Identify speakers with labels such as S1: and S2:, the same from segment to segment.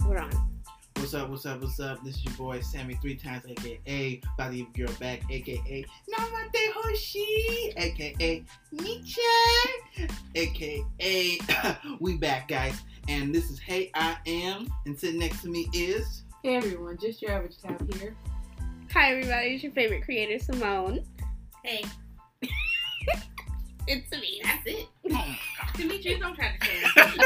S1: Tron.
S2: What's up, what's up, what's up? This is your boy Sammy three times, aka about to give girl back, aka Namate Hoshi, aka Nietzsche, aka We Back Guys. And this is Hey I Am, and sitting next to me is
S3: Hey everyone, just your average tap here.
S1: Hi everybody, it's your favorite creator Simone.
S4: Hey,
S1: It's me.
S4: that's it. Demetrius, don't try to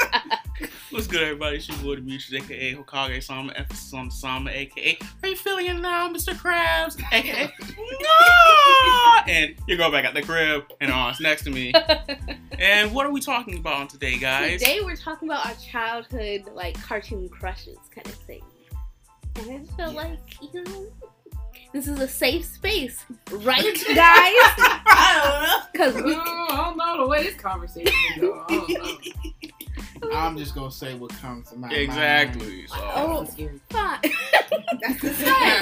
S5: What's good, everybody? It's your boy Demetrius, aka Hokage Sama, emphasis on the Sama, aka Are you feeling it now, Mr. Krabs? aka No! And you go back at the crib, and uh, it's next to me. and what are we talking about on today, guys?
S1: Today we're talking about our childhood like cartoon crushes kind of thing. And I just felt
S2: Yeah.
S1: like, you know, this is a safe space, right guys?
S2: I
S1: Cause
S3: Oh,
S1: we
S3: I don't know the way this conversation is going. I don't know.
S2: don't know. I'm just gonna say what comes to my mind.
S5: exactly. So.
S1: Oh.
S3: That's scary.
S1: fine.
S4: That's the
S1: Right.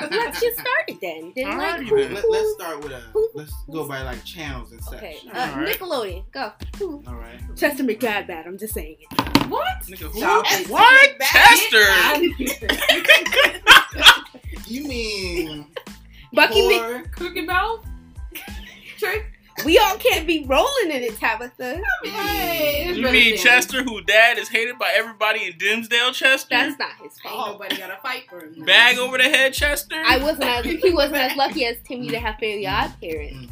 S1: well, let's get started then. Then like
S5: Alrighty
S1: who,
S5: then.
S2: Let, let's start with a let's go by like channels and such.
S1: Okay. Uh,
S5: Alright.
S1: Nickelodeon, go. Who?
S2: All right.
S1: Chester McDad bad, I'm just saying it.
S3: What?
S5: Nigga, who?
S2: Stop
S4: it.
S5: What?
S4: Back
S5: Chester!
S2: You mean
S1: Bucky Mc-
S2: poor-
S3: Cookie mouth? Trick?
S1: we all can't be rolling in it, Tabitha.
S3: Hey, it's
S5: You
S3: better
S5: mean
S3: than-
S5: Chester, who dad is hated by everybody in Dimsdale, Chester?
S1: That's not his
S4: Ain't
S2: Oh,
S1: fault.
S4: nobody got to fight for him.
S5: Bag over the head, Chester?
S1: I wasn't as he wasn't as lucky as Timmy to have fairly odd parents.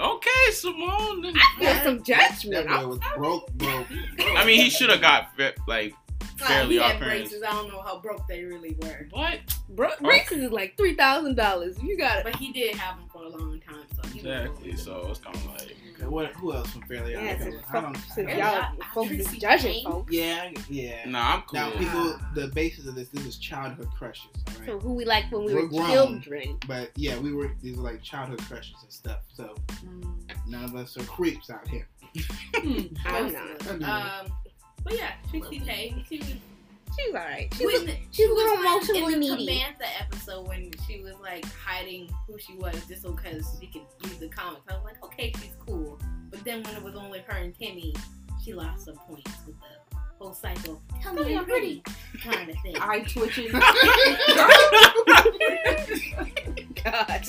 S5: okay, Simone.
S1: There's some
S2: That
S1: judgment.
S2: boy
S1: I'm
S2: was broke, broke. broke.
S5: I mean, he should have got, fe- like,
S4: Like,
S5: fairly
S4: he
S5: odd
S4: had
S5: parents.
S4: braces. I don't know how broke they really were.
S5: What?
S1: Bro, braces is like three thousand dollars. You got it.
S4: But he did have them for a long time, so he was
S5: Exactly. So it's kind of like
S2: Okay, what, who else from Fairly Odd
S1: Yeah,
S2: Parents?
S1: since
S2: I don't.
S1: fuck-
S2: I
S1: since
S2: don't-
S1: y'all folks is judging folks.
S2: Yeah, yeah.
S5: nah, I'm cool.
S2: Now,
S4: Yeah.
S2: people, the basis of this, this is childhood crushes, all
S1: So
S2: right?
S1: who we like when we
S2: We're
S1: were
S2: grown.
S1: children.
S2: But yeah, we were these are like childhood crushes and stuff. So
S3: Mm.
S2: none of us are creeps out here.
S3: Hmm.
S1: I'm
S4: Most
S1: not.
S4: of them. Um, but yeah, Trixie K. She was,
S1: She's alright. She's
S4: when,
S1: she's a little
S4: was in
S1: emotionally
S4: the
S1: needy.
S4: Samantha episode when she was like hiding who she was just because she could read the comics. I was like, okay, she's cool. But then when it was only her and Timmy, she lost some points with the whole cycle. Tell me I'm pretty kind of thing.
S3: Eye twitching.
S1: a god.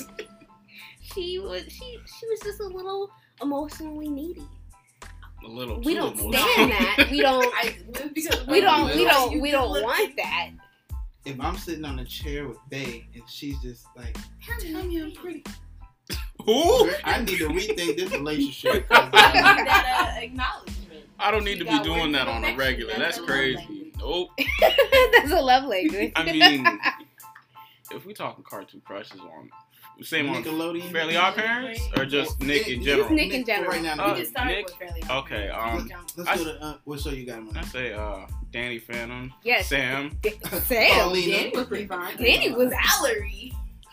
S1: She was she she was just a little emotionally needy.
S5: a
S2: Oh,
S5: little.
S1: We
S5: too
S1: don't
S5: emotional.
S1: stand that. We don't
S4: I, because
S1: we don't we
S4: You
S1: don't we don't
S4: look-
S1: want that.
S2: If I'm sitting on a chair with Bay and she's just like,
S4: Tell me I'm pretty.
S5: Who?
S2: I need to rethink this relationship. 'cause,
S4: I need
S2: uh,
S4: that uh, acknowledgement.
S5: I don't need to
S4: She
S5: be
S4: got
S5: doing
S4: words
S5: that
S4: of
S5: on a
S4: affection.
S5: regular.
S4: That's
S5: That's
S4: a love
S5: crazy.
S4: language.
S5: Nope.
S1: That's a love language.
S5: I mean, if we talking cartoon crushes on, same on
S2: Nickelodeon.
S5: Fairly Odd Parents or just
S2: Yeah,
S5: Nick in
S2: just
S5: general.
S1: Nick in general.
S2: Right now,
S5: Uh,
S4: we just started
S5: Nick?
S4: with fairly Odd
S5: Okay.
S4: Parents.
S5: Um,
S2: let's
S5: I-
S2: go to uh, what show you got?
S5: I
S2: Man?
S5: say uh, Danny Phantom.
S1: yes.
S5: Sam.
S1: D- Sam.
S2: Paulina.
S3: Danny was pretty fine.
S1: Danny was
S4: Valerie.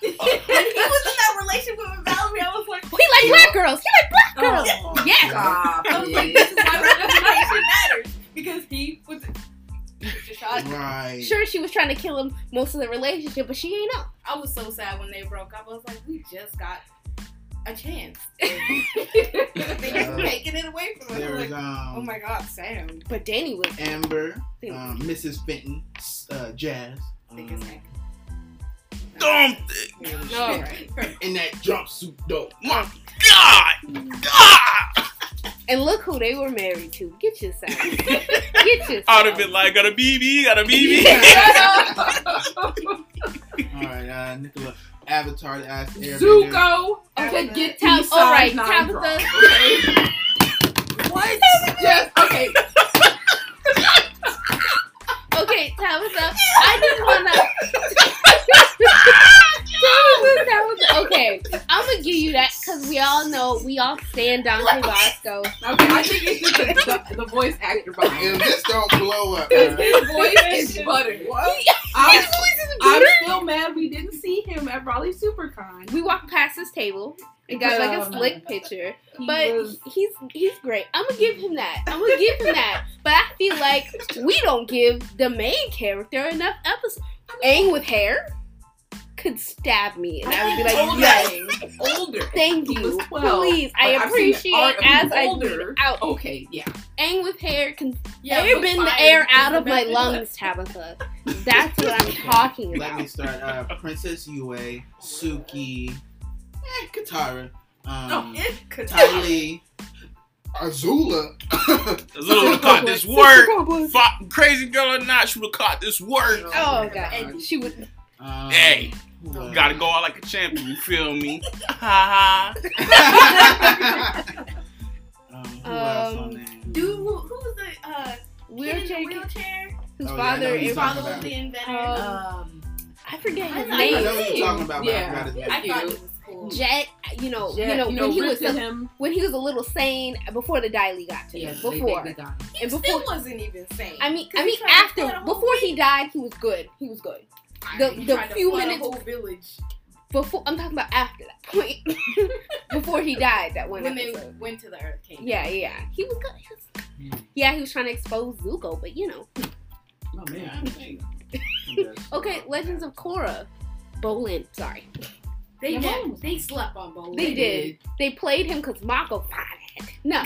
S4: he was in that relationship with Valerie. I was like,
S1: He like black girls. He like black girls.
S3: Oh,
S1: Yes.
S3: God,
S4: I was like,
S3: please.
S4: this is why representation matters because he was. Rashad.
S2: Right.
S1: Uh, Sure, she was trying to kill him most of the relationship, but she ain't up.
S4: I was so sad when they broke up. I was like, we just got a chance. They're
S2: Uh,
S4: taking it away from us. I
S2: There
S4: was
S2: was
S4: like,
S2: um.
S4: oh my God, Sam.
S1: But Danny was.
S2: Amber,
S1: They were-
S2: um, Mrs. Fenton, uh, Jazz,
S4: Think it's
S2: um,
S5: Dumb.
S1: No.
S2: in that jumpsuit though.
S5: My God. God.
S1: And look who they were married to. Get yourself. Get yourself.
S5: I'd have been like, got a BB, got a BB.
S2: All right, uh, Nicola, Avatar, the Last Airbender.
S3: Zuko
S1: Okay,
S3: could get
S1: Tab-
S3: these
S1: all right,
S3: size nine
S1: Tabitha.
S3: draws.
S4: What?
S3: Yes, okay.
S1: Okay, Tabitha. I just wanna. Tabitha, Tabitha. Okay, I'm gonna give you that because we all know we all stand down for Bosco.
S3: Okay, I think it's just the, the, the voice actor
S2: If
S3: behind it.
S2: this don't blow up, all right,
S3: His voice is buttered. I'm, I'm still mad we didn't see him at Raleigh SuperCon.
S1: We walked past his table and got like a
S3: Um,
S1: slick picture.
S3: He
S1: But
S3: was-
S1: he's he's great. I'm gonna give him that. I'm gonna give him that. But I feel like we don't give the main character enough episodes. Aang with hair. could stab me, and I would be
S3: Older.
S1: like, yes,
S3: Older.
S1: thank
S3: He was
S1: you,
S3: 12,
S1: please. I
S3: but I've seen the
S1: appreciate
S3: art of
S1: as I
S3: older.
S1: bleed out.
S3: Okay, yeah.
S1: Ang with hair can
S4: Yeah,
S1: air
S4: but
S1: bend
S4: fire
S1: the air
S4: is
S1: out
S4: the
S1: of my
S4: best.
S1: lungs, Tabitha. That's what I'm talking
S2: Let me
S1: about.
S2: start. Uh, Princess Yue, Suki, eh, Katara,
S3: Oh,
S2: um,
S4: It's
S2: Ty Lee, Azula.
S5: Azula would have caught Oh, this word. Fuck, crazy girl or not, she would have caught this word.
S1: Oh god, she would.
S2: Um,
S5: Hey,
S2: who else?
S5: Gotta go out like a champion, you feel me? Ha ha.
S2: um, who else on
S1: Um,
S2: there?
S4: Dude, who, who was the uh, kid
S1: Wheelchair.
S4: in the wheelchair?
S1: His
S2: Oh, yeah, I know
S1: father
S2: who you're
S1: is.
S2: talking
S4: Father was
S2: about.
S4: the inventor.
S1: Um,
S3: Um,
S1: I forget his
S4: I
S2: I
S1: name.
S2: know what you're talking about, but I
S3: Yeah.
S2: forgot his name.
S4: I thought it
S3: you.
S4: was cool.
S1: Jet, you know,
S3: Jet,
S1: you know, when he
S3: ripped
S1: was
S3: to
S1: a,
S3: him.
S1: when he was a little sane before the Daily got to him.
S3: they- they-
S1: Before.
S3: they got him.
S4: He
S1: and
S4: still
S1: before
S4: wasn't even sane.
S1: I mean, I
S4: He
S1: mean,
S4: tried to
S1: after
S4: flood a whole
S1: before he died, he was good. He was good. the-
S4: He
S1: the
S4: tried to
S1: few
S4: flood a
S1: minutes-
S4: whole village
S1: Before I'm talking about after that point, before he died, that one
S4: when they
S1: episode.
S4: went to the Earth Kingdom.
S1: Yeah, yeah, he was good. He was- yeah, he was trying to expose Zuko, but you know.
S3: Oh,
S2: Yeah,
S3: man.
S2: I think- I think that's-
S1: Okay, Legends of Korra, Bolin. Sorry,
S4: They
S3: Yeah,
S4: did.
S3: Bolin was-
S4: They slept on Bolin.
S1: they did. They played him because Mako fought it. No,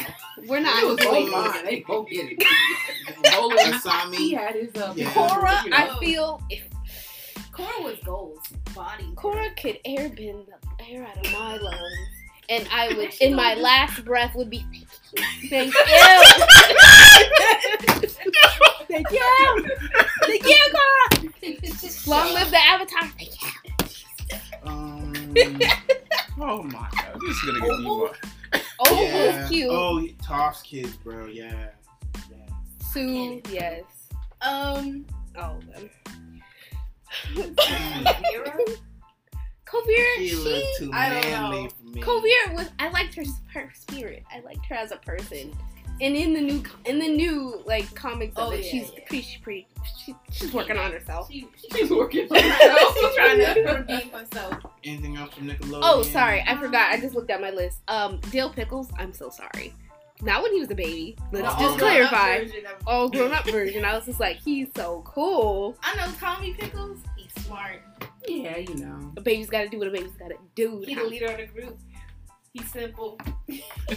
S1: we're not.
S3: It was "Oh
S2: Bolin.
S3: both mine. They both get it. Bolin, he
S2: Asami.
S3: had his uh,
S2: Yeah.
S1: Korra,
S3: you know,
S1: I feel if
S4: Cora was gold body.
S1: Cora could airbend the air out of my lungs, and I would,
S4: She
S1: in my
S4: don't-
S1: last breath, would be thank you, thank you, thank you, thank you, Cora. Long live the Avatar. Thank you.
S2: Um,
S5: Oh my god, this is gonna get me more.
S1: Oh,
S2: yeah.
S1: was cute.
S2: Oh, Toff's kids, bro. Yeah. yeah.
S1: Sue, yes.
S4: Um,
S1: All of them.
S4: Mira?
S1: Kovira,
S2: She
S1: she,
S2: looked too
S4: I don't
S2: manly
S4: know.
S2: for me.
S1: Kovira was. I liked her, her spirit. I liked her as a person. And in the new, in the new like comics of
S4: Oh,
S1: it,
S4: yeah,
S1: she's
S4: yeah.
S1: pretty, she pretty, she, she's working on herself.
S4: she, she,
S3: She's working.
S4: she's trying to redeem herself.
S2: Anything else from Nickelodeon?
S1: Oh, sorry, I forgot. I just looked at my list. Um, Dill Pickles. I'm so sorry. Not when he was a baby. Let's
S4: The
S1: just
S4: all-grown-up
S1: clarify.
S4: Oh, version of-
S1: All grown up version. I was just like, he's so cool.
S4: I know Tommy Pickles. He's smart.
S3: Yeah, you know.
S1: A baby's got to do what a baby's got to do.
S4: He's the leader of the group. He's simple.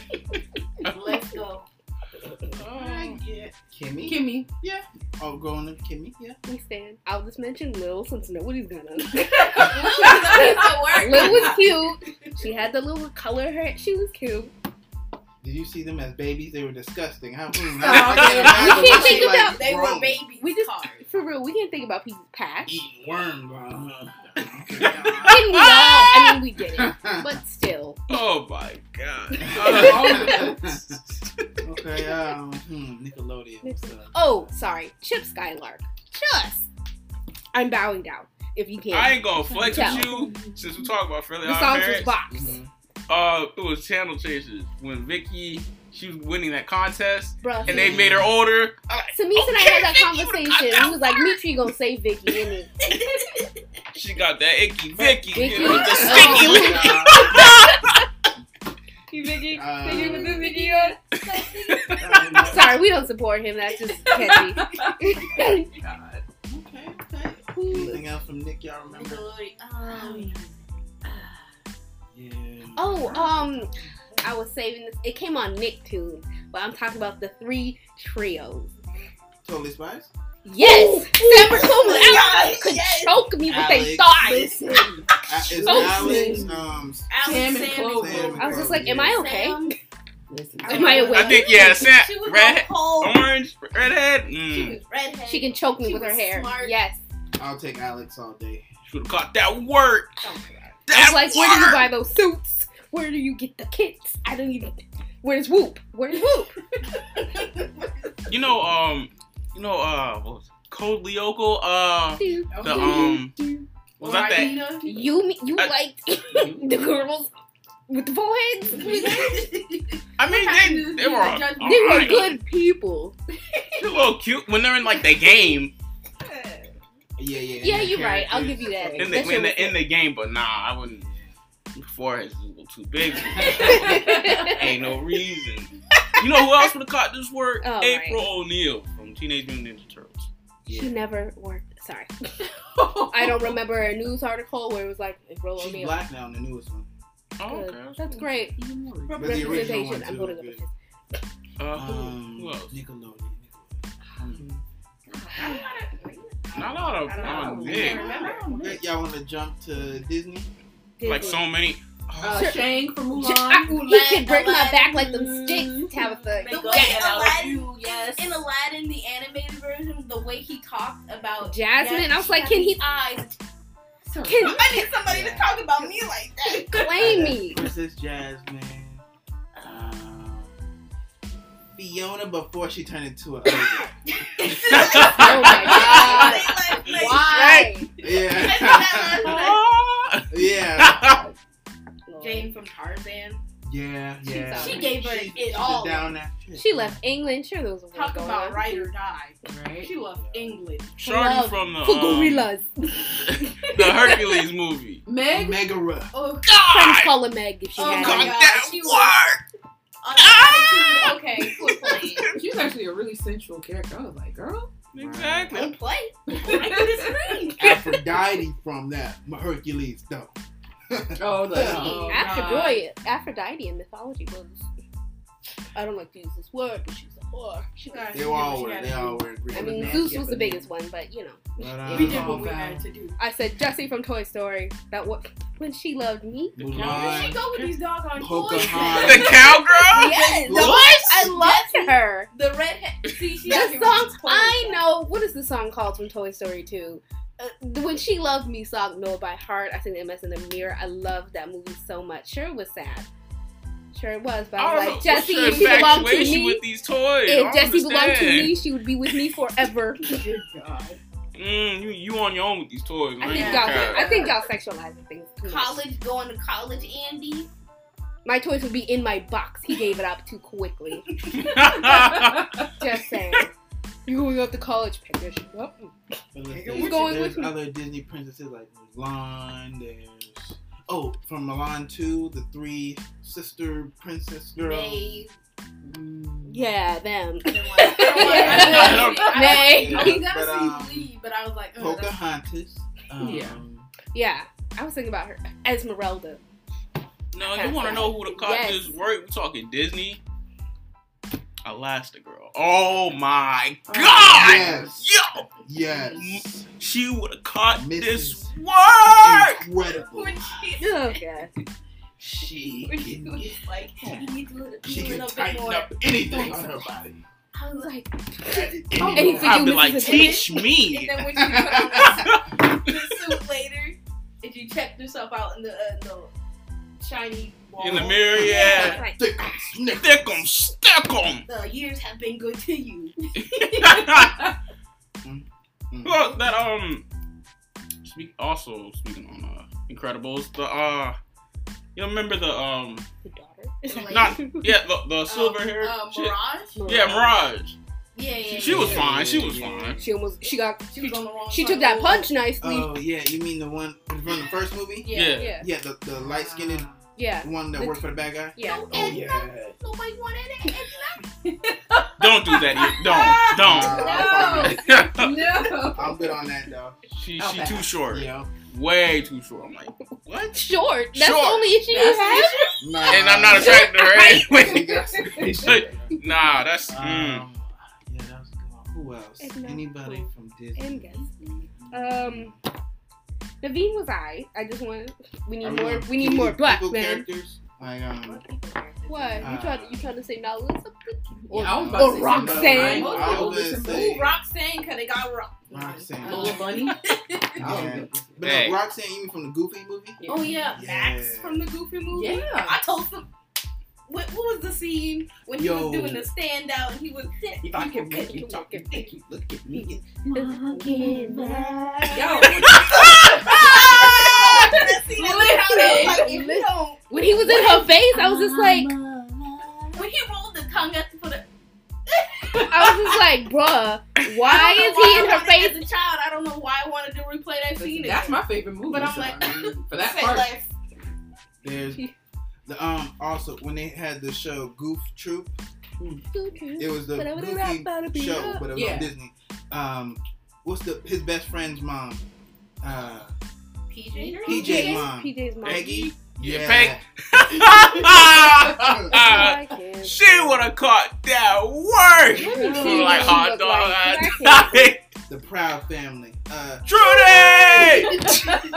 S4: Let's go.
S3: um,
S2: I get Kimmy.
S3: Kimmy.
S2: Yeah. Oh, going to Kimmy. Yeah.
S1: We stand. I'll just mention Lil since nobody's gonna.
S4: That
S1: Lil was cute. She had the little color. Her she was cute.
S2: Did you see them as babies? They were disgusting. How? Mm,
S1: Oh, yeah.
S4: You can't think
S1: about-
S4: They were
S2: grown,
S4: baby
S1: We just-
S4: cards.
S1: For real, we can't think about people's past.
S2: eating worms. uh,
S1: Didn't we all? I mean, we didn't, but still.
S5: Oh my god. Uh,
S2: okay. Um. Hmm, Nickelodeon. What's up?
S1: Oh, sorry, Chip Skylark. Just, I'm bowing down. If you can't,
S5: I ain't gonna flex
S1: Tell.
S5: with you since we talking about friendly
S1: the
S5: odd
S1: songs was
S5: parents.
S1: box.
S2: Mhm.
S5: Uh, it was Channel Chasers when Vicky she was winning that contest
S1: Bruh.
S5: and they made her older. I'm like,
S1: Samise and I
S5: Okay,
S1: had that
S5: Vicky, you
S1: conversation.
S5: got
S1: He was like, Mitri gonna save Vicky, isn't he?
S5: she got that icky Vicky,
S1: Vicky.
S5: you know, with the
S1: Oh.
S5: sticky lip.
S1: You Vicky?
S2: Uh, Vicky with the
S1: Vicky on?
S2: Uh,
S1: Sorry, we don't support him. That's just catchy.
S3: God.
S2: okay. Okay.
S1: Mm.
S2: Anything else from Nick? Y'all remember?
S4: Nickelodeon. Um,
S2: Yeah.
S1: oh, um, I was saving this. It came on Nicktoons, but I'm talking about the three trios.
S2: Totally Spies.
S1: Yes! San Francisco
S4: yes,
S1: could
S4: yes.
S1: choke me with their
S2: Alex.
S1: thighs.
S2: Uh, it's
S1: Oh,
S2: Alex. Um.
S4: Alex
S3: Sam and
S4: Sandy
S3: Chloe.
S1: I was just like, am I okay?
S4: Sam,
S3: Listen.
S1: Am I awake?
S5: I think yeah, Sam,
S4: She was
S5: red,
S4: cold.
S5: orange, redhead.
S4: She
S5: Mm.
S4: was redhead.
S1: She can choke me
S4: She
S1: with her
S4: was
S1: hair.
S4: smart.
S1: Yes.
S2: I'll take Alex all day.
S5: She would have caught that word.
S4: Oh,
S1: I
S5: That
S1: was like, where
S5: word.
S1: do you buy those suits? Where do you get the kits? I don't even. Where's Whoop? Where's Whoop?
S5: You know, um, you know, uh, what was it? Code Lyoko,
S3: Oh,
S5: uh, the um, was that that?
S4: Martina.
S1: You me- you
S2: Uh,
S5: I-
S1: liked the girls with the foreheads.
S5: I mean, they, they were all,
S1: They were
S5: alright.
S1: good people.
S5: They were all cute when they're in like the game
S2: Yeah, yeah.
S1: Yeah,
S2: and
S1: you're right. I'll
S2: characters.
S1: give you that.
S5: in
S1: That
S5: the
S1: shit
S5: in
S1: was
S5: the, in the game, but nah, I wouldn't. Foreheads is a little too big.
S1: good.
S5: Ain't no reason. You know who else would have caught this word?
S1: Oh,
S5: April O'Neil from Teenage Mutant Ninja Turtles.
S1: She never worked Sorry. I don't remember a news article where it was like Roll
S2: She's
S1: O'Neal.
S2: black now in the newest one.
S5: Oh,
S1: Good.
S5: okay.
S1: That's
S5: cool.
S1: great.
S5: Even more.
S2: But the original
S1: Representation.
S2: one,
S1: I'm
S2: too,
S1: voting
S2: is
S1: up
S2: good.
S1: this.
S5: Uh, who-
S2: Um,
S5: who else?
S2: Nickelodeon. Nickelodeon.
S5: Not all of
S4: I
S3: Oh,
S5: them.
S4: don't
S5: I'm
S4: know.
S5: big.
S4: Yeah.
S1: Mm.
S2: Okay, Y'all want to jump to Disney?
S5: Like so many.
S3: Uh,
S5: Oh,
S1: Sure.
S3: Shang from
S1: J-
S3: Mulan.
S1: I- He can break my back like them
S3: Mm.
S1: sticks, Tabitha.
S4: The
S3: Go
S4: way
S3: ahead, Alex.
S4: Aladdin-
S3: You, yes.
S4: In Aladdin, the animated version, the way he talked about
S1: Jasmine, I was like, can he-
S4: eyes?
S1: Can
S4: I need somebody to talk about me like that.
S1: claim me.
S2: Uh, Princess Jasmine. Um, Fiona before she turned into a.
S1: Oh my
S4: Like,
S1: god.
S4: like,
S1: Why?
S2: yeah. yeah.
S4: Jane from Tarzan.
S2: Yeah. Yeah.
S1: She
S4: gave her
S2: She-
S4: it
S2: she
S4: all.
S2: Down that shit.
S1: She left England. Sure, there was a war
S4: Talk
S1: going
S4: about
S1: on.
S4: ride or die.
S3: Right.
S4: She left England.
S5: Shorty
S1: Love
S5: from the
S1: For
S5: um,
S1: gorillas.
S5: the Hercules movie.
S3: Meg.
S2: Mega rough.
S4: Oh, God.
S1: Friends
S5: God,
S1: call her Meg if she
S4: Oh
S5: God,
S1: had
S4: my
S1: it.
S4: God,
S5: that
S4: she
S5: worked.
S4: Oh, okay, quit playing.
S3: She's actually a really sensual character. I was like, girl.
S5: Exactly.
S4: Don't play. I do this
S2: Aphrodite from that Hercules though.
S3: Oh, the,
S2: Oh,
S1: Aphrodite, Aphrodite in mythology was. I don't like to use this word, but she was a whore. She was,
S2: They all were. They all were great.
S1: I mean,
S2: But,
S1: Zeus was the biggest one, but you know.
S2: um,
S4: We did what we had to do.
S1: I said Jesse from Toy Story. That what when she loved me.
S4: Where did she
S2: Mulan.
S4: go with these doggone toys?
S2: Pocahontas.
S5: The cowgirl.
S1: Yes,
S2: Oh, What?
S1: I loved her.
S4: The redhead. See, she
S1: The
S4: has her
S1: song
S4: clothes
S1: I
S4: back.
S1: know. What is the song called from Toy Story 2? Uh, the when she loved me song know it by heart. I sing the MS in the mirror. I loved that movie so much. Sure, it was sad. Sure, it was. But I was like, Jesse, if she belonged to
S5: infatuation
S1: me.
S5: with these toys.
S1: If
S5: I don't
S1: Jesse belonged to
S5: understand.
S1: me, she would be with me forever.
S3: Good God.
S5: Mm, you, you on your own with these toys.
S1: I
S5: man.
S1: think
S4: Yeah.
S1: y'all, I think y'all sexualizing things. Too much.
S4: College, going to college, Andy.
S1: My toys would be in my box. He gave it up too quickly. Just saying. You going up to college? Oh. Pick this shit up.
S2: But let's
S1: You're
S2: see,
S1: going
S2: there's
S1: with me.
S2: other Disney princesses like Mulan. There's oh from Mulan two, the three sister princess girls. Mm.
S4: May.
S1: Yeah, them.
S4: I didn't want- I didn't want- I didn't want- I
S1: Nay.
S4: I was
S2: But,
S4: gonna
S2: um,
S4: say Lee, but I was like, oh, that's-
S2: Pocahontas. Um,
S3: Yeah.
S1: Yeah, I was thinking about her. Esmeralda.
S5: no, you want to know who the cop
S1: Yes.
S5: is? We're talking Disney. Elastigirl. Oh my God!
S2: Yes.
S5: Yo,
S2: Yes.
S5: she would have caught this
S2: Mrs.
S5: work.
S2: Incredible.
S4: when she,
S1: Oh god.
S2: She
S4: when she
S2: can,
S4: was like, you need to do
S2: she
S4: a
S2: can
S4: little bit
S2: tighten
S4: more.
S2: up anything on her body.
S4: I was like,
S1: Oh,
S2: Anything.
S1: anything.
S5: I'd be
S1: Mrs.
S5: like,
S1: Elizabeth.
S5: teach
S4: and
S5: me.
S4: then when she put on the, the suit later, and she checked herself out in the, uh, the shiny wall.
S5: In the mirror,
S4: Yeah.
S5: yeah.
S1: Like,
S2: Thick on snick.
S5: Stick 'em, stick 'em.
S4: The years have been good to you.
S2: Mm.
S5: Well, that um, speak also speaking on uh, Incredibles, the uh, you remember the um,
S1: the daughter.
S4: Like,
S5: Not- yeah, the, the silver hair,
S4: Uh,
S5: shit.
S4: Mirage?
S5: yeah, Mirage.
S4: Yeah, yeah.
S5: She
S4: yeah,
S5: was
S4: yeah.
S5: fine. She was fine.
S1: She almost. She got.
S4: She was on the wrong
S1: She
S4: side.
S1: took that punch nicely.
S2: Oh yeah, you mean the one from the first movie?
S4: Yeah.
S5: Yeah.
S1: yeah.
S2: Yeah, the, the light skinned
S1: Yeah.
S2: one that worked for the bad guy.
S1: Yeah.
S4: No,
S2: Oh
S4: it's not.
S2: yeah.
S4: Nobody wanted it. It's
S5: Don't do that.
S2: Nah, I'm
S3: No.
S2: fine.
S5: Ian. Don't, don't.
S3: No.
S2: I'm good on that though.
S5: she she
S3: Okay.
S5: too short.
S2: Yeah.
S5: Way too short. I'm like, what?
S1: Short. That's
S5: Short.
S1: the only issue you
S3: That's the
S1: have.
S2: Nah.
S5: And I'm not attracted to her anyway.
S2: Like,
S5: Nah, that's mm.
S2: um, yeah, that was a good. one. Who else?
S1: Exactly.
S2: Anybody from Disney?
S1: And guess. Um. Naveen was I. I just want. We need
S2: Are we
S1: more.
S2: gonna
S1: We need
S2: keep
S1: more
S2: people
S1: black men.
S2: characters? Like, um,
S4: not.
S1: What? You
S2: Uh,
S1: trying? You trying to say Nala or something?
S3: Or, yeah, I was about
S1: or
S3: to say
S1: Oh, Roxanne.
S3: something.
S2: I
S3: I was
S2: was
S3: gonna
S2: gonna
S3: say
S4: Ooh, Roxanne, because they got rock.
S2: Roxanne.
S3: Little bunny.
S2: yeah. But
S5: Hey.
S2: no, Roxanne, you mean from the Goofy movie?
S4: Oh, yeah. Max
S2: Yeah.
S4: from the Goofy movie.
S3: Yeah.
S4: I told them. What, what was the scene when he
S2: Yo.
S4: was doing the standout and he was.
S3: If I can make you talk and think you look at me.
S4: Yo. that scene is like, if you don't.
S1: When he was in her face, I was just like,
S4: When he rolled the tongue at for the.
S1: I was just like, bruh, why
S4: I don't know
S1: is he in her
S4: I wanted
S1: face?
S4: it As a child, I don't know why I wanted to replay that scene.
S3: That's
S4: again.
S3: my favorite movie.
S4: But I'm like-
S3: for that
S4: Say
S3: part.
S4: less.
S2: There's the um also when they had the show Goof Troop, it was the
S1: But I would've
S2: Goofy
S1: not thought it'd be
S2: show,
S1: up.
S2: but it was
S3: Yeah.
S2: on Disney. Um, what's the his best friend's mom? Uh,
S4: PJ.
S2: PJ mom.
S1: PJ's mom.
S2: Peggy.
S5: Yeah,
S1: I
S5: Peg.
S1: can't.
S5: mm. she would have caught that work.
S1: Let me
S3: She
S1: see
S5: like
S1: what
S5: hot
S1: she look like, 'cause I
S5: dog.
S1: can't-
S2: the Proud Family. Uh,
S5: Trudy.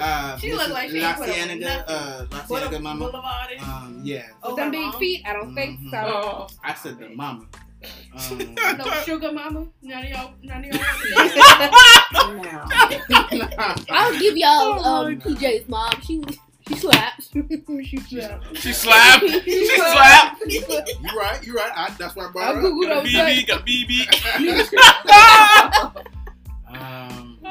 S2: uh,
S4: She
S2: Mrs.
S4: looked like she ain't put up with
S2: Laciaga, uh, Laciaga mama.
S4: Boulevard. is-
S2: Um, yeah,
S1: With them
S4: my
S1: big
S4: mom.
S1: feet, I don't think
S2: Mhm.
S1: so.
S3: Oh.
S2: I said the mama. Um,
S4: No sugar mama. None of y'all. None of y'all.
S3: No.
S1: I'll give y'all
S2: Oh,
S1: um,
S2: no.
S1: PJ's mom. She she slaps. she slaps.
S5: she slapped. She slapped.
S2: You right, you right. I, that's why I
S1: I'll
S2: brought her up.
S1: Google
S5: Got a
S1: those. like,
S5: BB. Got a BB.
S2: Um,
S3: That's
S2: mm,
S4: Oh,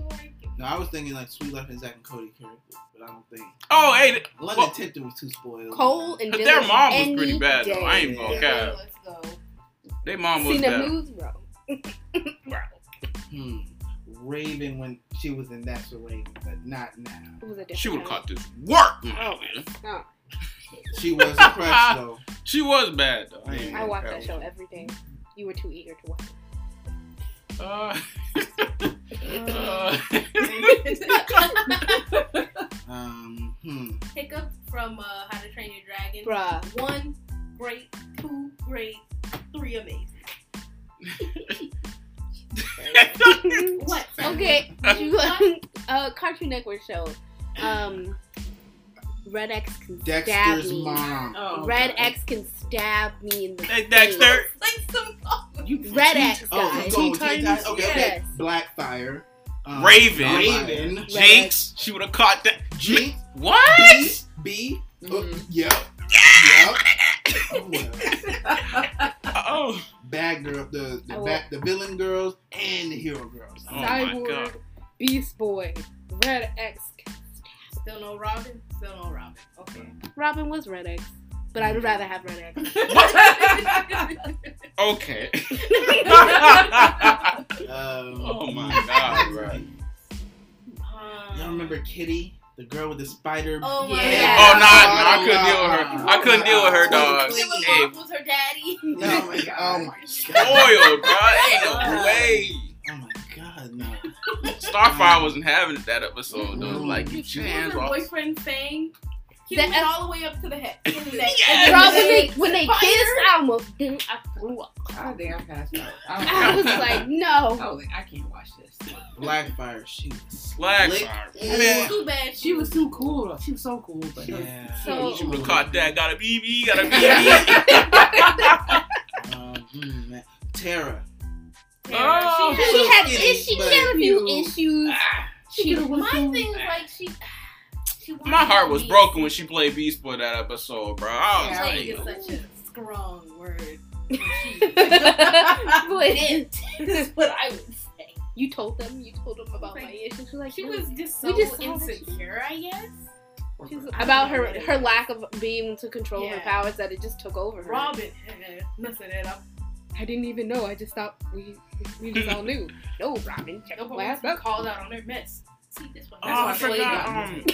S4: Lord.
S2: no, I was thinking like Sweet Life and Zach and Cody characters, but I don't think
S5: oh, hey,
S2: London
S5: Well-
S2: Tipton was too spoiled.
S1: Cole and
S5: their
S1: Dylan
S5: mom was
S1: any
S5: pretty bad though. I
S1: day.
S5: ain't gonna
S2: Yeah.
S5: cap.
S4: Let's go.
S5: Their mom was
S1: Seen the
S5: bad.
S1: news, bro.
S2: Hmm. Raven when she was in That's a Raven, but not now.
S1: It was a different
S5: She would have
S1: time.
S5: caught this work.
S1: Oh.
S5: man.
S1: No,
S2: She was a crush though.
S5: She was bad though. ain't
S1: I
S5: gonna
S1: watched
S5: cap.
S1: that show every day. You were too eager to watch.
S5: Uh,
S2: Um, hmm.
S4: Hiccup from uh, How to Train Your Dragon.
S1: Bruh.
S4: One great, two great, three amazing. What?
S1: Okay.
S4: What?
S1: uh, Cartoon Network show. Um, Red X can stab
S2: Dexter's
S1: me.
S2: mom.
S3: Oh,
S1: Red
S3: God.
S1: X can stab me in the
S5: hey,
S1: face.
S5: Dexter.
S4: Like some.
S1: Red X
S2: Oh, you
S1: guys.
S2: going with Teen
S5: Titans?
S2: Titans? Okay, okay.
S1: Yes.
S2: Blackfire. Um,
S5: Raven.
S2: Raven.
S5: Jinx. She would have caught that.
S2: Jinx. B.
S5: What?
S2: B.
S3: Mhm.
S1: Mm-hmm.
S2: Oh, yep. Yep. Oh, well.
S5: Oh.
S2: Bad girl, the
S1: I
S2: the,
S1: will-
S2: bad, the villain girls and the hero girls.
S5: Oh my God.
S1: Beast Boy, Red X.
S4: Still no Robin. Still no Robin. Okay.
S1: Robin was Red X, but I'd rather have Red X.
S5: Okay.
S2: Um,
S5: Oh my God, bro.
S4: Um,
S2: Y'all remember Kitty, the girl with the spider?
S4: Oh my
S1: Yeah.
S5: Oh no,
S4: god.
S5: no, I couldn't deal with her. I couldn't deal with her, dog.
S4: It was
S5: Hey.
S4: Bob was her daddy.
S2: No, oh my god. Oh my god.
S5: Spoiled, bro. Ain't no way.
S2: Oh my god, no.
S5: Starfire wasn't having it that episode though.
S1: Mm-hmm.
S5: Like you
S4: What
S5: your
S4: was
S5: hands
S4: her
S5: off.
S4: boyfriend saying? He
S1: The
S4: went
S1: F-
S4: all the way up to the head. To the neck.
S5: Yes!
S1: Bro, when
S4: And
S1: they when they
S4: Fire.
S1: kissed, I almost didn't. I threw up.
S3: I think I passed out.
S1: I
S3: I
S1: was
S3: was
S1: like, no.
S3: oh, I can't watch this.
S2: Blackfire, she was slick.
S5: Blackfire. Man.
S4: Too bad
S3: She was too cool. though. She was so cool, but
S2: Yeah.
S1: So-
S5: She would have caught that. Got a BB. Got a BB.
S2: Um, hmm, man. Tara.
S1: She
S4: Tara, she
S2: Oh.
S4: had-
S1: had
S2: Kitty,
S1: issues. She
S2: but-
S1: had a few issues.
S2: Ah.
S3: she could have
S4: My
S3: went
S4: thing
S3: through.
S4: is like she. she wanted
S5: My heart
S4: to
S5: was
S4: be-
S5: broken when she played Beast Boy that episode, bro. I was
S3: Yeah.
S4: Plague is
S5: like, oh,
S4: such a strong word.
S1: but
S4: That's what I would say.
S1: you told them. You told them about my issues. She was like,
S4: She was just
S1: We
S4: so
S1: just saw that she-
S4: insecure, I guess. She's
S1: about her her lack of being able to control her
S4: Yeah.
S1: powers that it just took over her.
S4: Robin eh, messing it up.
S1: I didn't even know. I just thought we we just all knew. No, Robin, check
S4: No,
S1: the
S4: but
S1: last
S4: we called out on her mess. See this one.
S5: oh,
S4: That's
S5: I
S4: why Blade
S5: forgot.
S4: got
S5: Um,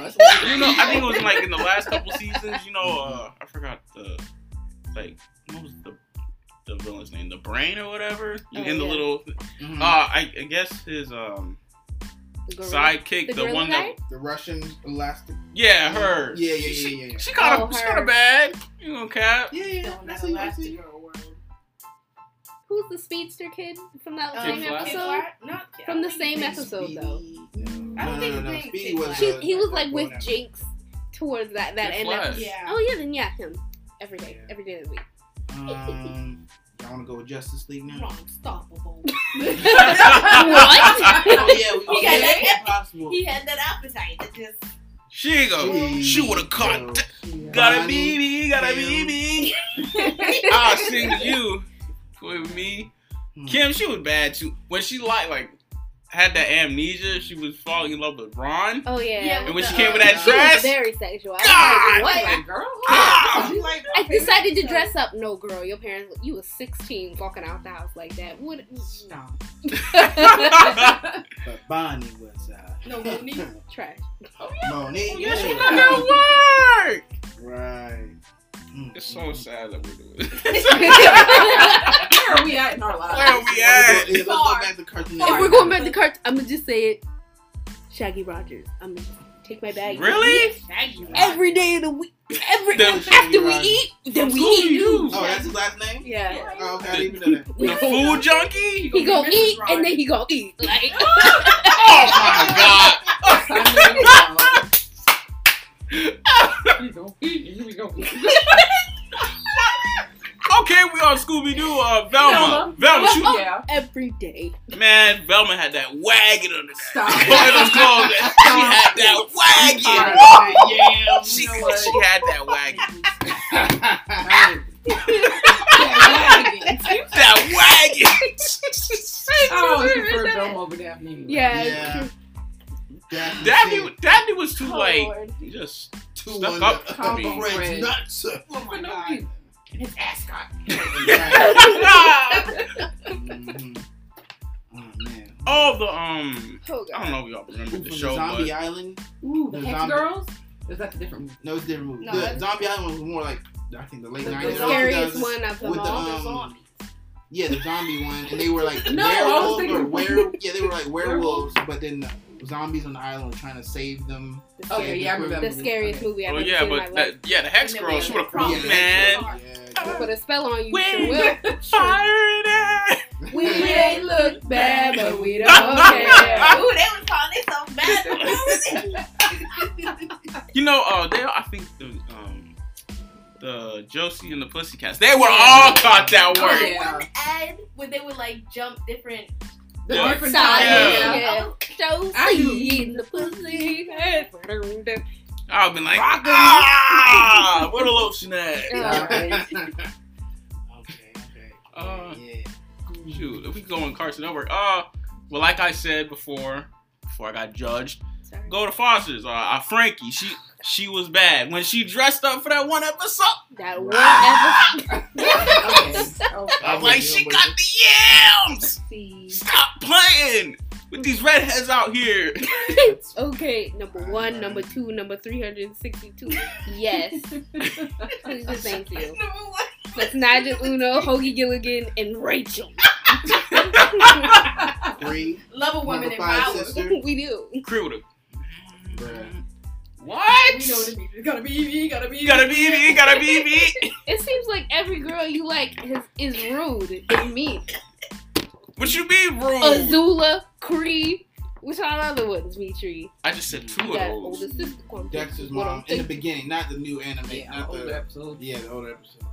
S3: That's what
S5: you know, I think it was like in the last couple seasons. You know, uh, I forgot the like what was the the villain's name? The Brain or whatever.
S1: Oh,
S5: in the
S1: yeah.
S5: little
S2: Mhm.
S5: uh, I, I guess his um
S1: The gorilla.
S5: sidekick,
S1: The
S5: the,
S1: gorilla
S5: one that
S2: the Russian elastic.
S5: yeah, her.
S2: Yeah, yeah,
S5: She-
S2: yeah, yeah, yeah.
S5: She got
S1: Oh,
S5: a she got
S1: her.
S5: a bag. You know, cap.
S2: Yeah, yeah.
S4: Don't
S2: That's
S4: have
S2: what you
S4: elastic
S2: see.
S4: girl world.
S1: Who's the speedster kid from that
S5: Kid
S1: same
S5: Flash?
S1: episode?
S4: Not Kid-
S1: From the
S4: I don't
S1: same
S4: think-
S1: episode though.
S2: No,
S4: I
S2: no,
S4: don't think
S2: no,
S4: his
S2: no.
S4: name is
S2: Speedy
S4: Kid
S2: was.
S1: She,
S2: uh,
S1: he was like with
S2: going out.
S1: Jinx towards that that
S5: Kid
S1: end
S5: Flash.
S1: episode.
S4: Yeah.
S1: Oh yeah, then yeah, him every day,
S2: Yeah.
S1: every day of the week.
S2: Um, y'all want to go with Justice League now?
S4: Unstoppable.
S1: What?
S2: oh yeah, we
S4: got
S2: yeah,
S4: that?
S2: it's possible.
S4: he had that appetite to just.
S5: She go. She would have
S2: Yo,
S5: caught.
S2: she
S5: Got a
S2: Bonnie,
S5: BB. Got a
S2: Kim.
S5: BB. I'll sing you with me.
S2: Hmm.
S5: Kim, she was bad too. When she like like had that amnesia, she was falling in love with Ron.
S1: Oh yeah.
S4: Yeah,
S5: And when she
S4: the-
S5: came with that
S1: she was
S5: dress,
S1: very sexual. I,
S5: God!
S1: was like, what?
S3: girl.
S5: Ah!
S3: She like
S1: I decided to dress up. No, girl, your parents. You was sixteen, walking out the house like that. What?
S3: Stop.
S2: But Bonnie was uh,
S4: No, Monique.
S1: Trash.
S2: Monique.
S5: yeah, she
S2: yeah.
S5: got that work.
S2: Right. Mm,
S5: It's
S2: mm,
S5: so
S2: mm.
S5: sad that we do it.
S3: Where are we at in our lives?
S5: Where are we at?
S2: Let's mm. go back to cartoon.
S1: If we're going back to cartoon, I'm gonna just say it. Shaggy Rogers. I'm gonna take my bag.
S5: Really?
S4: Shaggy Rogers.
S1: Every day of the week. Every
S5: Them
S1: after we
S2: Rogers.
S1: eat, then we
S5: Scooby
S1: eat.
S5: Doo.
S2: Oh, that's his last name?
S1: Yeah.
S2: Oh, okay, I didn't even know that.
S5: The food junkie?
S1: He go
S3: Mrs.
S1: eat and then
S3: Rogers.
S1: he go eat. Like
S5: Oh my god.
S3: You go eat and we go eat.
S5: Okay, we on Scooby Doo. Uh, Velma. Velma,
S1: Oh.
S3: Yeah.
S1: every day.
S5: she, man, Velma had that wagon on the
S3: Stop.
S5: Boy, those clothes. She had that wagon.
S2: Yeah.
S5: She, she
S3: You know what?
S5: had that wagon. That wagon.
S3: I always prefer Velma over Daphne.
S1: Yeah.
S2: Yeah. That's
S5: Daphne, Daphne was too
S1: Oh,
S5: like
S1: Lord.
S5: just
S2: two
S5: stuck
S2: one
S5: up
S2: to-
S5: to me.
S3: Combo.
S2: Fred's
S3: Fred.
S2: nuts.
S3: Oh my God.
S4: His ascot.
S5: Mm-hmm.
S2: Mhm. Oh man.
S5: All the um,
S1: Oh god.
S5: I don't know if y'all
S2: From
S5: remember Mm-hmm. the
S2: the
S5: show,
S2: Zombie
S5: but
S2: Island.
S3: Ooh, the
S2: The
S3: Hex
S2: zombie-
S3: Girls? Is that a different movie?
S2: No, it's a different movie.
S1: No,
S2: the
S1: that's-
S2: Zombie Island was more like I think the late
S3: The
S1: The
S2: nineties.
S1: scariest one of them
S2: With the,
S1: all.
S2: um, Yeah, the zombie one, and they were like
S3: No, I was
S2: werewolves
S3: thinking-
S2: or were yeah, they were like werewolves, but then the zombies on the island were trying to save them.
S1: The
S3: Okay, yeah, I remember that
S1: the
S3: movie.
S1: scariest
S3: Okay.
S1: movie I've
S5: oh
S1: ever
S5: yeah,
S1: seen in my
S5: but
S1: life.
S5: that, yeah, the hex
S4: And the
S5: girl, she would have
S4: werewolf.
S5: come,
S2: Yeah.
S5: man.
S4: Yeah.
S1: Put a spell on you,
S5: Wait.
S1: sure will.
S5: Fire it
S1: We may look bad, but we don't care.
S4: Ooh, they was calling it so bad.
S5: You know, uh, they I think the um, the Josie and the Pussycats, they were all caught that
S3: Oh,
S5: word.
S3: yeah.
S4: and when they would like jump different.
S3: The
S5: Yeah.
S3: different
S1: Side,
S3: types,
S5: Yeah.
S1: yeah. Show
S3: I do.
S1: see in the pussy.
S5: I'll be like, ah, what a lotion at.
S1: Alright.
S2: Okay, okay. Oh,
S5: Uh,
S2: yeah.
S5: Shoot, if we go on Cartoon Network, uh, well, like I said before, before I got judged,
S1: Sorry.
S5: go to Foster's. Uh, uh, Frankie, she she was bad when she dressed up for that one episode.
S1: That one
S5: Ah!
S1: ever
S3: Okay. Okay.
S5: I'm like, she got the yams.
S1: see.
S5: Stop playing with these redheads out here.
S1: Okay, number one, number two, number 362. Yes. Please and thank you.
S4: Number one.
S1: That's Nigel Uno, Hoagie Gilligan, and Rachel.
S2: Three.
S4: Love a woman
S2: Number
S4: in
S2: five
S4: power.
S2: sister.
S1: we do.
S5: Critter.
S2: Bruh.
S5: What?
S3: We know what it means. It's gotta be Evie, gotta be
S5: You gotta be me. You gotta be me.
S1: It seems like every girl you like is, is rude and mean.
S5: What you mean rude?
S1: Azula, Cree. Which all other ones, Mitri?
S5: I just said two
S1: You
S5: of
S1: got
S5: those.
S1: older sister. Kwame.
S2: Dexter's
S1: What
S2: mom
S1: I'm
S2: in the
S1: thinking.
S2: beginning, not the new anime,
S3: Yeah,
S2: not
S3: older
S2: the
S3: episode.
S2: yeah the older episodes.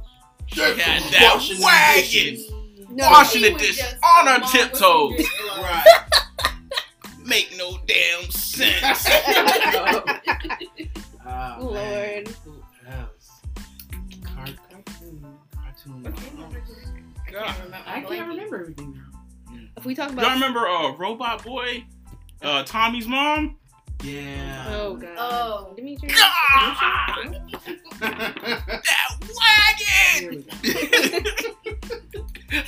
S5: She had
S2: Dexter's
S5: that
S2: washing the
S5: wagon.
S2: dishes.
S1: No,
S5: Washing the
S4: She was
S5: dishes
S4: just
S5: on her
S4: mom with some
S5: tiptoes.
S4: good blood.
S2: Right.
S5: Make no damn sense.
S2: Oh,
S1: Lord.
S2: man. Who else? Cart- cartoon. Cartoon. moms.
S5: God.
S3: I
S4: Blanket.
S3: can't remember everything now.
S1: If we talk
S5: Y'all
S1: about.
S5: remember uh, Robot Boy? Uh, Tommy's mom?
S2: Yeah.
S1: Oh, God.
S4: Oh.
S1: Dimitri.
S5: Ah! That wagon!
S3: Here we go.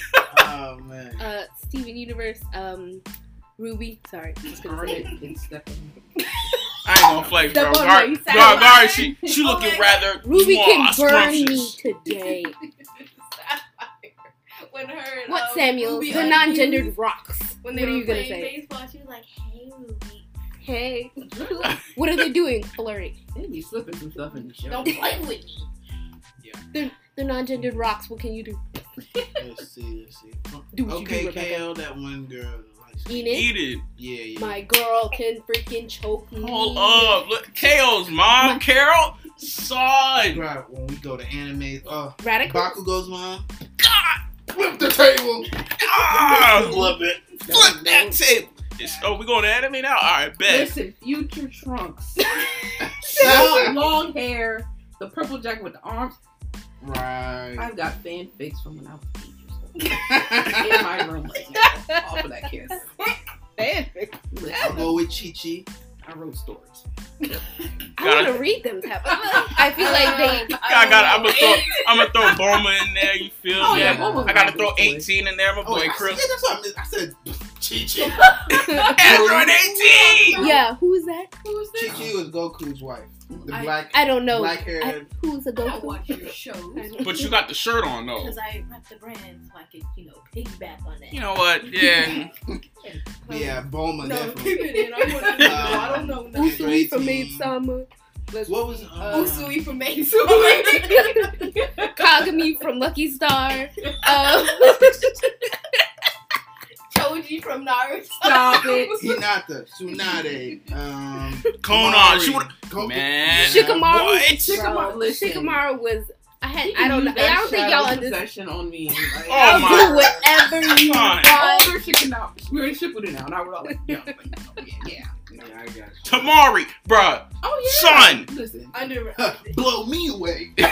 S2: oh man.
S1: Uh, Steven Universe. Um, Ruby. Sorry. Just gonna say it.
S3: Scarlet and Stephanie.
S5: I ain't gonna flex,
S1: That
S5: bro.
S1: boy,
S5: Gar-
S1: he
S5: Gar-
S1: said
S5: Gar-
S1: it.
S5: Gar- she, she
S4: Oh
S5: looking
S4: my
S5: rather
S1: Ruby
S5: more
S1: can burn me
S5: scrumptious.
S1: today.
S4: when her and,
S1: What,
S4: um,
S1: Samuel?
S4: Ruby
S1: The
S4: argued,
S1: non-gendered rocks.
S4: When they
S1: what are
S4: were
S1: you gonna
S4: playing
S1: say?
S4: baseball, she was like, "Hey, Ruby,
S1: Hey, what are they doing? Flirting.
S3: They be slipping some stuff in the show.
S4: don't play with me."
S1: They're non-gendered rocks. What can you do?
S2: Let's see. Let's see.
S1: Do what
S2: Okay,
S1: you do, Rebecca.
S2: Kale. That one girl. Like,
S1: Enid.
S5: Eat it.
S2: Yeah, yeah.
S1: My girl can freaking choke me.
S5: Hold up. Look, KO's mom, Carol, son.
S2: Right when we go to anime, oh,
S1: Radical.
S2: Bakugo's mom. Flip the table.
S5: Ah!
S2: Love it.
S5: Flip that table. It's- oh, we going to anime now? All right, bet.
S3: Listen, future trunks.
S2: That-
S3: Long hair, the purple jacket with the arms.
S2: right.
S3: I've got fan fics from when I was eight years old. In my room right now. All for that kiss.
S2: I'll
S3: Listen,
S2: go with Chi Chi.
S3: I wrote stories.
S1: I want to read them. Tabitha. I feel like they.
S5: I got. I'm gonna throw. I'm gonna throw Boma in there. You feel
S3: Oh,
S5: me?
S3: yeah, Boma's
S5: I gotta
S3: my
S5: throw
S3: boy.
S5: 18 in there. My
S2: Oh,
S5: boy
S2: I,
S5: Chris.
S2: yeah, that's what I, missed. I said Chi Chi.
S5: Android 18.
S1: Yeah, who is that?
S3: Who's
S2: Chi Chi was Goku's wife. The
S4: I-
S2: black,
S1: I don't know.
S2: black hair.
S1: I- who's a
S3: I don't
S1: Goku?
S3: watch your shows.
S5: But you got the shirt on though.
S4: Because I rep the brand so I could, you know, piggyback on that.
S5: You know what? Yeah.
S2: yeah, Bulma
S3: No,
S2: definitely.
S3: keep it in. I, wanna know. I don't know. nothing.
S1: Usui from Maid Sama. Let's-
S2: What was uh,
S3: Usui from Maid
S1: Kagami from Lucky Star. Um,
S3: Choji from Naruto.
S1: Stop it.
S2: Hinata, Tsunade, um,
S5: Conan, she
S2: Komari,
S5: would-
S2: Ko-
S5: Man.
S1: Shikamaru.
S5: uh, What?
S3: Shikamaru,
S1: Bro,
S3: listen.
S1: Shikamaru was. I had. I don't know. I don't think y'all understand.
S3: possession on me. Like,
S5: Oh
S1: I'll
S5: my
S1: do whatever you
S5: God.
S1: want.
S3: Older Shikamaru. We're in Shippuden now, and I was all like, yeah, yeah, yeah.
S2: Yeah, I got you.
S5: Tamari, bruh.
S3: Oh
S5: Son.
S3: Listen,
S4: Under
S2: Blow me away.
S1: Uh,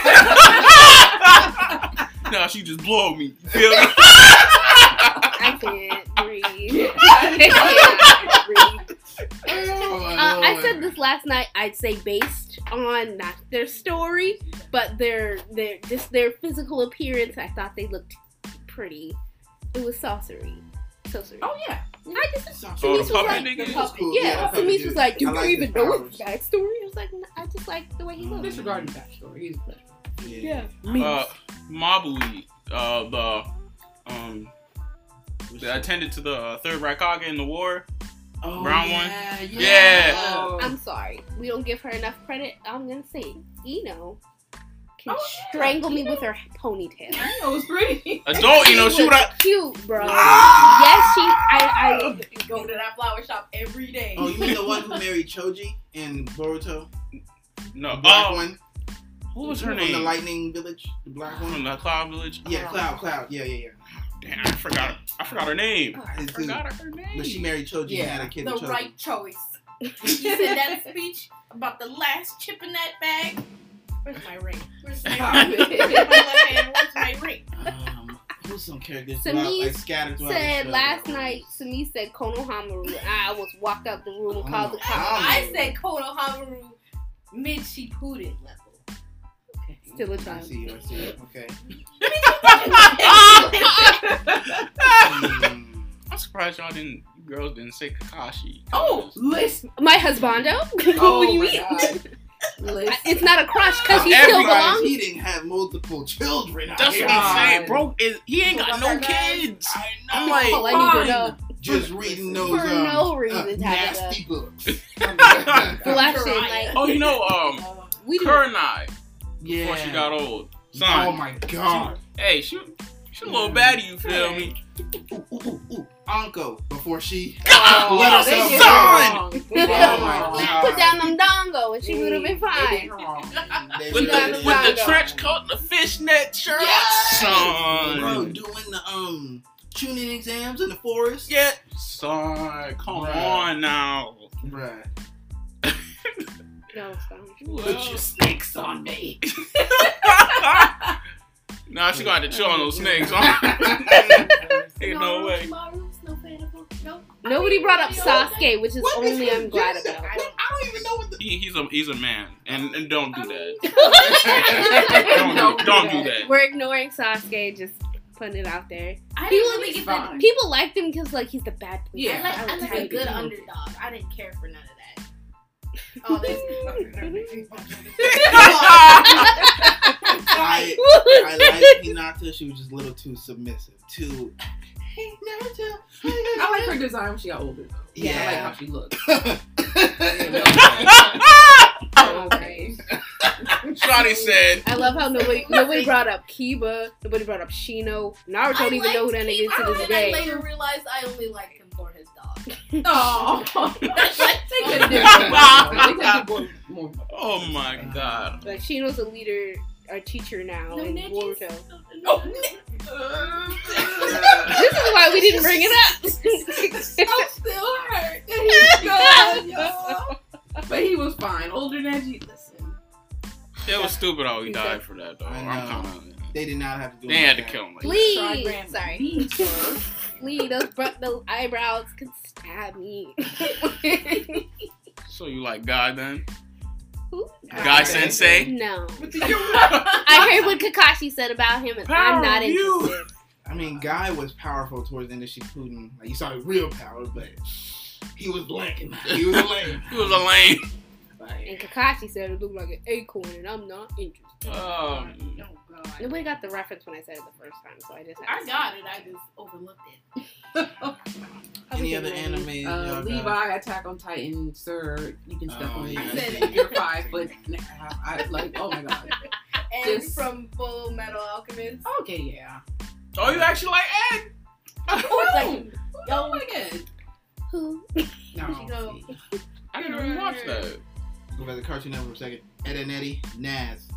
S5: nah, she just blow me. Feel me?
S1: I can't breathe. I can't breathe.
S2: Oh, my
S1: Uh, I
S2: Lord.
S1: said this last night. I'd say based on not their story, but their their just their physical appearance. I thought they looked pretty. It was sorcery. Sorcery.
S3: oh yeah.
S1: I just
S5: Oh,
S1: Denise
S5: the
S1: was
S5: puppet
S1: like,
S5: nigga?
S1: the
S2: It was
S1: puppet.
S2: cool.
S1: Yeah,
S2: Yeah, the puppet
S1: Denise
S2: dude.
S1: was like, you
S2: I
S1: don't
S2: like
S1: even
S2: his
S1: know
S2: powers.
S1: his backstory. I was like, "Nah, I just like the way he looks.
S3: Disregarding that story, he's better.
S5: Oh.
S1: Yeah,
S5: Uh, Mabui, uh, the um, the attendant to the uh, third Raikage in the war.
S2: Oh,
S5: brown
S2: yeah,
S5: one?
S2: Yeah.
S5: Yeah.
S2: Oh,
S1: I'm sorry, we don't give her enough credit. I'm gonna say it. Eno can
S3: Oh, yeah.
S1: strangle me with her ponytail.
S3: I know it's pretty.
S5: Adult, you know,
S1: She
S5: she would.
S1: was cute, bro.
S2: Ah! Oh,
S1: yes, she. I.
S4: go to that flower shop every day.
S2: you mean the one who married Choji and Boruto? The
S5: No,
S2: black
S5: oh,
S2: one?
S5: what was her
S2: From the
S5: name?
S2: Lightning Village? The black
S5: From
S2: one?
S5: the Cloud Village.
S2: Yeah, Cloud, Cloud. Yeah, yeah,
S5: Damn, I forgot. I forgot her name.
S1: I
S2: yeah. It's dude.
S5: Forgot her name.
S2: But she married Choji
S3: Yeah.
S2: and had a kid
S4: the
S2: with Choji.
S4: right choice. She said that speech about the last chip in that bag. Where's my ring? Where's my ring? Where's my left hand? Where's my ring?
S2: Um, who's some characters
S1: To
S2: throughout,
S1: me,
S2: like, scattered throughout the
S1: said
S2: show?
S1: last night, Sumi said Konohamaru. I almost walked out the room
S2: Oh
S1: and called the cops.
S4: I said Konohamaru mid Shippuden level.
S1: Still a
S2: I
S1: child.
S2: see you, I see you. Okay. Hmm.
S5: I'm surprised y'all didn't. you Girls didn't say Kakashi.
S3: oh, listen.
S1: My husbando. what do you
S3: my
S1: mean?
S3: God.
S1: I-
S3: Listen.
S1: It's not a crush because he
S5: Oh,
S1: still
S5: everybody-
S1: belongs.
S2: He didn't have multiple children. out
S5: That's
S2: here.
S5: what I'm saying,
S3: God.
S5: bro. Is he ain't got no kids?
S2: I
S5: I'm
S2: know.
S5: like,
S1: Oh, I need
S3: fine.
S1: to know.
S2: just reading those
S1: For
S2: um,
S1: no
S2: uh,
S1: reason, Tabitha.
S2: nasty books.
S1: Flash
S4: Pariah.
S1: it, like
S5: Oh, you know, um,
S1: we didn't.
S5: Kurenai
S2: yeah.
S5: before she got old. Son,
S2: oh my god.
S5: hey, she, she a little baddie. You feel me?
S2: Ooh, ooh, ooh, ooh. Anko before she.
S3: Oh,
S2: Let
S3: they
S2: us
S3: did
S5: son. Oh,
S3: her wrong. They
S1: Put
S3: did her
S2: my
S3: wrong.
S2: God.
S1: down them dongo and she would have been
S3: They did
S1: fine.
S3: her wrong.
S2: They
S5: With
S2: really
S5: the,
S2: did.
S5: with the trench coat, the fishnet shirt.
S2: Yes! Bro,
S5: Son.
S2: doing the um tuning exams in the forest.
S5: Yeah. Son, come
S2: Bruh.
S5: on now.
S2: Bruh.
S1: No, it's fine.
S3: Put your sticks on me.
S5: nah, she got to chill on those snakes. Ain't no way.
S1: Nobody brought up Sasuke, which is only I'm glad about.
S2: I don't, I don't even know what the.
S5: He, he's a he's a man, and, and don't do that.
S3: mean-
S5: Don't do, don't do that.
S1: We're ignoring Sasuke, just putting it out there.
S4: I
S1: He
S4: didn't
S1: was
S4: really get
S3: fine.
S4: the.
S1: People liked him because like he's the bad boy.
S4: I
S3: Yeah.
S4: like, I like a
S1: Type.
S4: good underdog. I didn't care for none of that. Oh, this.
S2: I, I like Hinata. She was just a little too submissive. Too. Hey, Hinata.
S3: I like her design when she got older. though. I like
S2: Yeah.
S3: how she looked.
S5: Oh.
S1: Okay.
S5: Shotty said,
S1: I love how nobody nobody brought up Kiba, nobody brought up Shino. Naruto don't even know who that nigga is to this
S4: And I
S1: day.
S4: later realized I only liked him for his dog.
S3: Oh, they could have did more. They could have did more. more.
S5: "Oh my god."
S1: Like Shino's a leader, a teacher now in Boruto.
S4: Oh,
S1: This is why we didn't bring it up.
S3: I'm still hurt. that He's gone, y'all. But he was fine. Older Neji, listen.
S5: It was stupid how he died for that though. I'm kind of.
S2: they did not have to do
S5: They had to
S2: anything.
S5: kill him. Like that.
S1: Please,
S3: Trigram
S1: sorry,
S3: beat her.
S1: please. Those br- those eyebrows could stab me.
S5: So you like God then?
S1: Who?
S5: God Sensei?
S1: No,
S5: I
S1: I heard what Kakashi said about him, and
S5: Power
S1: I'm not
S5: you.
S1: interested.
S2: I mean, Guy was powerful towards the end of Shippuden. Like, you saw his real power, but he was lame. He was lame.
S5: He was a lame. everybody.
S1: And Kakashi said it looked like an acorn, and I'm not interested.
S5: Oh,
S4: Oh god.
S1: Nobody got the reference when I said it the first time, so I just. had
S4: I
S1: to-
S4: got it. I just overlooked it.
S1: I was
S2: Any other
S1: ignorant.
S2: anime?
S3: Uh,
S2: y'all got?
S3: Levi, Attack on Titan, sir, you can step
S2: Oh,
S3: on
S2: yeah.
S4: I said
S3: it.
S4: it.
S3: You're five foot and a half. I like, oh my god.
S4: And
S3: Just-
S4: from Full Metal Alchemist.
S3: Okay, yeah.
S5: Oh, you actually like Ed?
S1: It's like,
S3: Oh my god.
S1: who?
S4: She go-
S3: No.
S5: I didn't even watch that.
S2: Go back to Cartoon Network for a second. Ed and Eddie, Naz.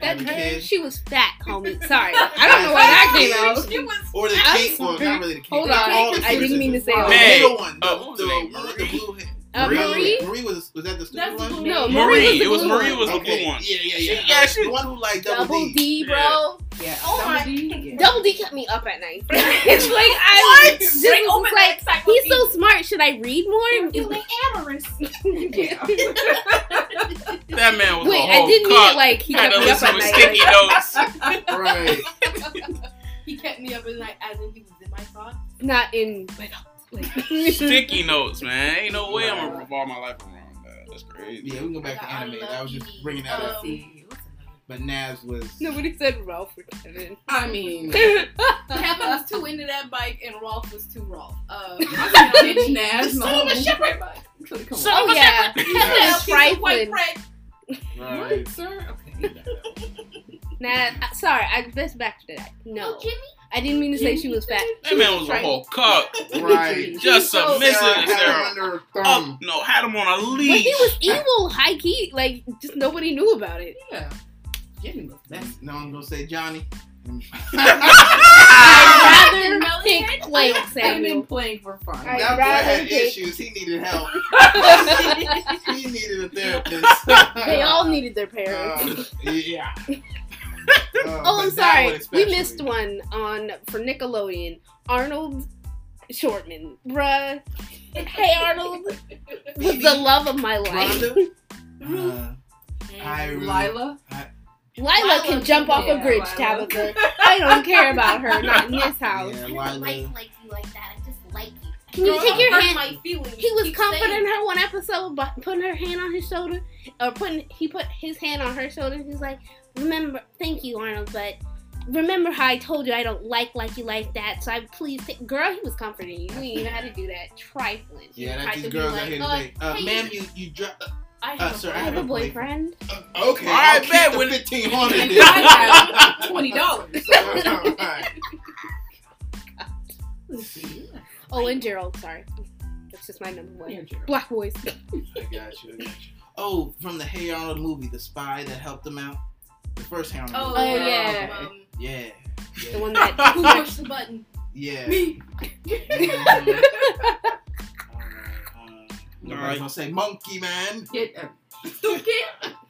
S1: That
S2: Or the
S1: girl,
S2: kid.
S1: she was fat, homie. Sorry, I don't know why that came out.
S3: She was
S2: Or the
S1: I'm
S2: cake. Well, not really the cake.
S1: Hold
S2: They're
S1: on,
S2: all the
S1: I didn't
S2: sisters.
S1: mean to say
S2: The
S5: Hey,
S2: middle one. The,
S5: uh, what was
S2: the
S5: her name?
S2: one with the
S5: Marie?
S2: blue hair.
S1: Uh, Marie?
S2: Marie was, was that the stupid
S4: That's the
S2: one?
S4: blue-
S1: No,
S4: Marie,
S1: Marie. was the
S5: it was
S1: blue
S5: Marie
S1: one.
S5: was the blue one.
S2: Yeah, yeah,
S5: She-
S2: yeah.
S5: yeah,
S2: Uh,
S5: she-
S2: the one who like double,
S1: Double
S2: D.
S1: D, bro.
S5: Yeah.
S3: Yeah.
S4: Oh
S3: Double
S4: my-
S3: D, yeah.
S1: Double D kept me up at night. it's like I
S5: What? oh
S1: this
S4: Break
S1: was
S4: open
S1: like
S4: that
S1: he's
S4: encyclopedia.
S1: so smart. Should I read more?
S4: It's
S1: It's
S4: like
S1: like,
S4: Amorous.
S3: Yeah.
S5: That man was a
S1: wait, I
S5: whole
S1: didn't mean
S5: cock.
S1: it like he
S5: Had
S1: kept
S5: to
S1: me up
S5: listen
S1: at
S5: with
S1: night.
S5: sticky
S1: like-
S5: notes.
S2: Right.
S4: He kept me up at night as if he was in my thoughts.
S1: not in my thoughts. Like,
S5: sticky notes, man. Ain't no way I'm gonna revolve my life around that. That's crazy.
S2: Yeah, we can go back to
S4: I
S2: anime.
S4: love
S2: That was just
S4: you.
S2: bringing that up.
S4: Um,
S3: See, what's
S2: But Naz was.
S1: Nobody said Ralph or Kevin.
S3: I mean,
S4: Kevin was too into that bike, and Rolf was too Rolf. Um,
S3: bitch Nash.
S4: Son of a shepherd.
S3: Come
S5: Son
S3: on.
S1: oh yeah, he
S4: Yeah,
S1: said
S4: she's a white
S1: trifling.
S4: bread.
S2: Right.
S3: sir? Okay.
S1: Nah, uh, sorry, I best back to that. No,
S4: Oh, Jimmy.
S1: I didn't mean to say she was fat.
S5: That man was a whole cock.
S2: Right.
S5: Just
S1: so
S5: submissive
S2: Sarah
S5: to
S2: had her
S5: Sarah.
S2: under her
S5: Up,
S3: Oh,
S2: thumb.
S5: no, had him on a
S1: But he
S5: leash.
S1: was evil, high key. Like just nobody knew about it.
S3: Yeah. Jenny was best.
S2: No, I'm gonna say Johnny.
S5: Ah.
S1: I'd rather
S4: Melonhead?
S1: think Plank
S3: I've been
S1: Samuel.
S3: playing for fun.
S1: I-
S2: that boy had
S1: rather take-
S2: issues. He needed help. he needed a therapist.
S1: They all needed their parents.
S2: Uh, yeah. Uh,
S1: oh,
S2: but
S1: I'm
S2: that
S1: sorry,
S2: one
S1: we
S2: especially.
S1: missed one on for Nickelodeon. Arnold Shortman, bruh. Hey Arnold was the love of my life.
S2: Rhonda? Uh, I really-
S3: Lila.
S1: Lila can
S4: Lila,
S1: jump off a
S3: yeah,
S1: bridge,
S3: Lila.
S1: Tabitha. I don't care about her, not in this house.
S2: Yeah,
S6: I
S2: Lila.
S6: don't like you like that. I just like you.
S1: Can you
S4: Girl,
S1: take your
S4: hurt
S1: hand?
S4: My feelings.
S1: He was
S4: Keep
S1: comforting
S4: saying-
S1: her one episode by putting her hand on his shoulder, or putting he put his hand on her shoulder. He's like, "Remember, thank you, Arnold, but remember how I told you I don't like like you like that. So I please, take, girl, he was comforting you. You didn't even know how to do that. Trifling. He
S2: Yeah,
S1: tried
S2: that's
S1: to
S2: these
S1: be
S2: girls
S1: like,
S2: out here
S1: "Uh,
S2: today. Uh,
S1: hey,
S2: ma'am, you you dropped. Uh,
S4: I
S2: uh,
S4: have
S2: sir,
S1: I
S4: a
S1: have a
S2: a boyfriend.
S1: boyfriend.
S2: uh, okay,
S5: All right,
S2: I'll
S5: bet
S2: keep
S5: when-
S2: the fifteen hundred.
S3: And I have twenty dollars.
S1: Oh, and Gerald. Sorry, that's just my number one. Black boys.
S2: I got you. I got you. Oh, from the Hey Arnold movie, the spy that helped him out. The first Hey Arnold.
S4: Oh,
S2: movie.
S1: Oh, yeah.
S4: Um,
S2: Yeah.
S1: The
S2: Yeah.
S1: one that
S4: who pushed the button?
S2: Yeah.
S4: Me.
S2: Mhm. Alright, uh, Nobody's gonna say monkey man.
S3: Get uh,
S4: Stupid.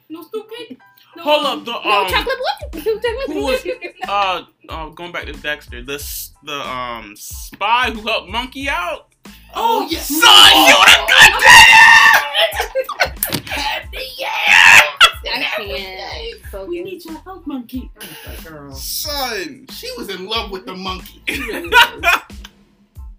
S4: No stupid. No.
S5: Hold up, the
S1: no
S5: um,
S1: chocolate boy. No chocolate
S5: who
S1: boy.
S5: was uh, uh, going back to Dexter, the s- the um spy who helped Monkey out.
S2: Oh, yes.
S5: son, you the goddamn.
S1: I can't focus.
S3: we need your help, monkey. Oh, that girl.
S2: Son, she was in love with the monkey.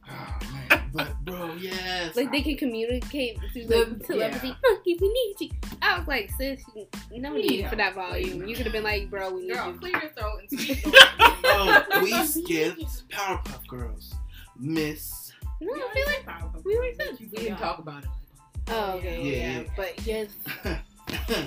S2: Oh man, but bro, yes.
S1: Like they can communicate through
S3: The-
S1: like, telepathy.
S3: yeah.
S1: Monkey, we need you. I was like, sis, no
S3: We
S1: need
S3: need
S1: for that volume. You could have been like, bro, we need
S4: Girl,
S1: you.
S4: clear your throat and speak.
S2: Oh, we skipped Powerpuff Girls. Miss.
S1: No, I feel like we were good.
S3: we didn't talk about it.
S1: Oh, okay, yeah,
S2: Yeah, yeah.
S1: but yes,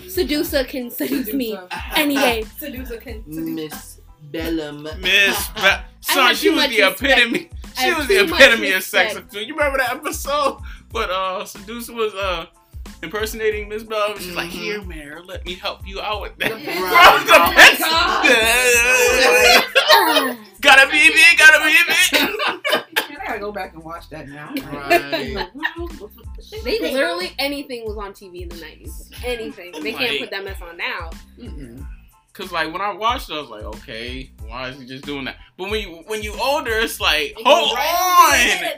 S1: seducer can seduce me
S3: Seducer.
S1: any day.
S4: Seducer can seduce.
S2: Miss Bellum.
S5: Miss, ba-
S1: have
S5: son, she
S1: too
S5: was
S1: much
S5: the
S1: respect.
S5: epitome.
S1: I
S5: She
S1: have
S5: was the
S1: too much
S5: epitome of sex
S1: respect.
S5: appeal. You remember that episode? But uh, Seducer was uh impersonating Miss Bell. She's like,
S1: Mm-hmm.
S2: Mhm.
S5: "Here, Mayor, let me help you out with that."
S3: The
S5: Bro,
S3: pizza.
S5: the
S3: Oh my
S5: pizza.
S1: Ah,
S3: God.
S5: gotta be big, gotta be big.
S3: Man, I gotta go back and watch that now.
S2: Right.
S1: they literally anything was on TV in the nineties. Anything they can't
S5: Right.
S1: put that mess on now.
S3: Mm-mm.
S5: Cause like when I watched it, I was like, okay, why is he just doing that? But when you when you older, it's like, hold on,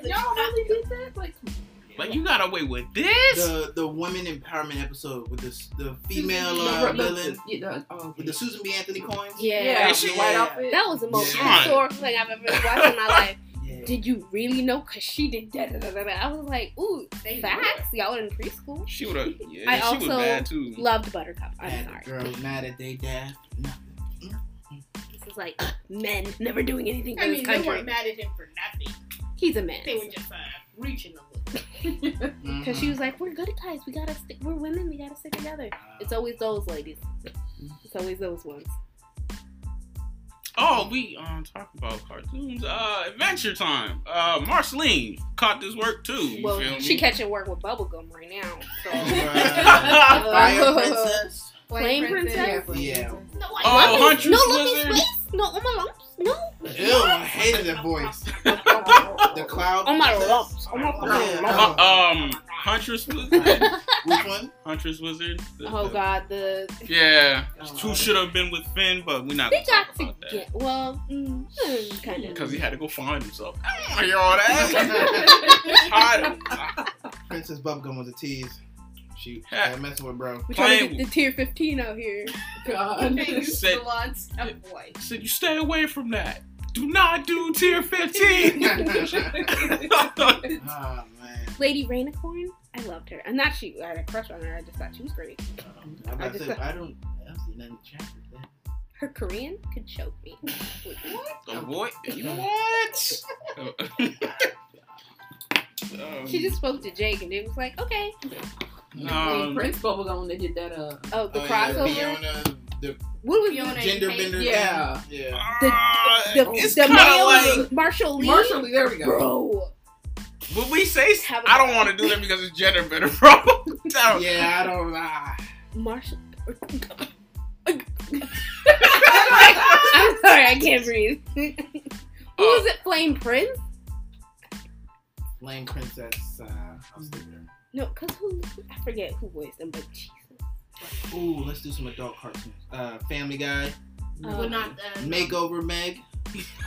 S3: Y'all really did that? Like,
S5: like you got away with this.
S2: the the women empowerment episode with this the female
S3: the,
S2: uh,
S3: the-
S2: villain
S3: yeah, the- oh,
S2: with the Susan B. Anthony coins.
S1: Yeah.
S3: yeah,
S5: she-
S3: the white outfit.
S1: That was the most
S5: Yeah.
S1: historical thing I've ever watched in my life.
S2: Yeah.
S1: Did you really know? Cause she did da da da da. da. I was like, ooh,
S4: They
S1: facts. Y'all were in preschool.
S5: She would have. Yeah,
S1: I
S5: she was
S1: also
S5: bad too.
S1: Loved Buttercup. I'm
S2: Mad
S1: sorry.
S2: at girls, mad at they dad. Nothing.
S1: This is like men never doing anything for
S4: I
S1: this
S4: mean, they
S1: country.
S4: weren't mad at him for nothing.
S1: He's a man.
S4: They were just uh, reaching a little.
S1: Cause she was like, we're good guys. We gotta stick. We're women. We gotta stick together.
S2: Uh,
S1: It's always those ladies. It's always those ones.
S5: Oh, we um talk about cartoons. Uh, Adventure Time. Uh, Marceline caught this work too. You
S1: Well,
S5: feel
S1: she
S5: me?
S1: catching work with bubblegum right now. So
S2: Right.
S1: Flame
S2: Fire princess.
S1: Princess?
S2: Yeah.
S4: No, I
S5: Oh,
S1: Lumpies-
S5: Huntress
S1: no Lumpy's
S5: Lizard.
S1: face. No, on my lumps. No,
S2: Ew, I hated that voice. The cloud.
S1: on Oh my
S2: princess?
S1: lumps. On my
S2: Yeah.
S1: lumps.
S5: Hu- um, Huntress Wizard.
S2: Which one?
S5: Huntress Wizard. The-
S1: Oh
S5: the-
S1: God, the
S5: Yeah,
S2: Oh,
S5: two should have been with Finn, but we're not.
S1: they
S5: gonna
S1: got
S5: talk
S1: to
S5: about that.
S1: get well, mm, mm, kind of.
S5: Because he had to go find himself. I don't want to hear all that. I don't-
S2: Princess Bubblegum was a tease. She
S5: Yeah.
S2: had messing with bro.
S1: We're trying to
S5: Playing-
S1: get the tier 15 out here.
S3: God.
S5: You said-
S3: step boy.
S5: I said, you stay away from that. Do not do tier 15.
S2: Ah, Oh man.
S1: Lady Rainicorn, I loved her. And not she, I had a crush on her. I just thought she was great.
S2: I'm
S1: I
S2: about to
S1: just
S2: say, I don't. I don't see nothing attractive there.
S1: Her Korean could choke me.
S5: The boy, you know what? Um,
S1: She just spoke to Jake and it was like, okay.
S3: Um,
S5: um,
S3: Prince Bubblegum that did that. Uh,
S1: Oh, the
S2: Oh, yeah,
S1: crossover.
S2: Fiona, the
S1: What was
S4: Fiona
S2: gender
S4: and Paige.
S2: bender.
S3: Yeah.
S2: thing. Yeah.
S5: ah,
S1: the, the,
S5: it's
S1: the
S5: kinda
S1: male
S5: like,
S1: Marshall Lee?
S3: Marshall, there we go.
S1: Bro.
S5: but we say,
S1: Have a-
S5: I don't want to do that because it's gender better, bro. No.
S2: Oh. Yeah, I don't. Ah.
S1: Marshall. I'm sorry, I can't breathe. Who
S5: Oh.
S1: was it? Flame Prince?
S2: Lame princess. Uh, I'll stay there.
S1: No, because who? I forget who voiced him, but Jesus.
S2: Ooh, let's do some adult cartoons. Uh, Family Guy,
S4: Well, not
S1: Oh.
S4: uh,
S2: Makeover Meg.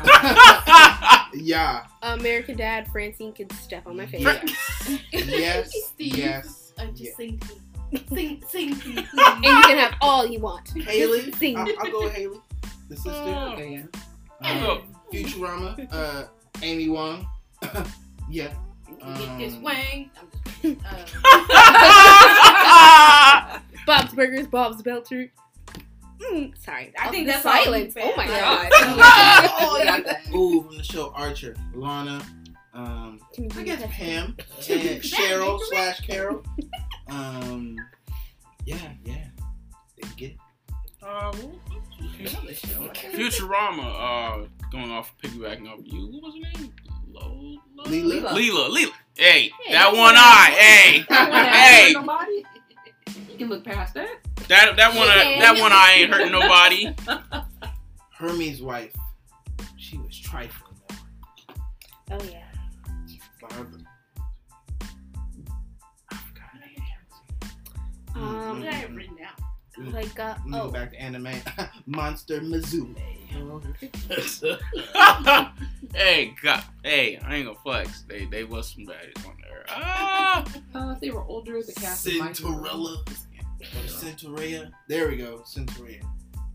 S5: Uh,
S2: yeah.
S1: Um, American Dad, Francine can step on Oh, my face.
S2: Yeah. Yes.
S4: Steve.
S2: Yes.
S4: Uh, just
S2: yes.
S4: sing, to me. sing, sing, to me,
S1: And you can have all you want.
S2: Haley.
S1: Sing.
S2: I'll, I'll go with Haley. The sister.
S5: Oh.
S3: Okay, yeah.
S1: Oh.
S2: Um, Futurama. Uh, Amy Wong. yeah.
S4: Get this
S2: Um,
S4: wang. I'm just, uh,
S1: Bob's Burgers, Bob's Belter. Mm, sorry, I
S4: Oh,
S1: think
S4: the
S1: that's silence.
S4: silence
S1: Oh my
S3: band.
S1: god.
S2: Oh, yeah. Ooh, from the show Archer. Lana. Um,
S1: Can you do
S2: I guess
S1: that?
S2: Pam and Cheryl slash Carol. Um, yeah, yeah. They get it.
S5: Uh, Futurama, uh, going off piggybacking off you. What was her name? Lola.
S2: Leela.
S5: Leela. Leela. Hey,
S4: Hey.
S5: that one eye. Hey,
S3: That one ain't
S5: Hey.
S3: hurting nobody. You can look past that.
S5: that that one eye,
S1: Yeah.
S5: that one eye ain't hurting nobody.
S2: Hermes' wife. She was trifling. though.
S1: Oh yeah.
S2: Like, I forgot her name.
S1: Um,
S4: I have written down.
S2: Mm.
S1: Like uh
S2: Let me go
S1: oh.
S2: back to anime. Monster Mizume.
S5: hey, God. Hey, I ain't gonna flex. They they was some baddies on there. Ah,
S3: Uh, if they were older, the cast might be-
S2: Cinderella. Centaurea. There we go. Centaurea.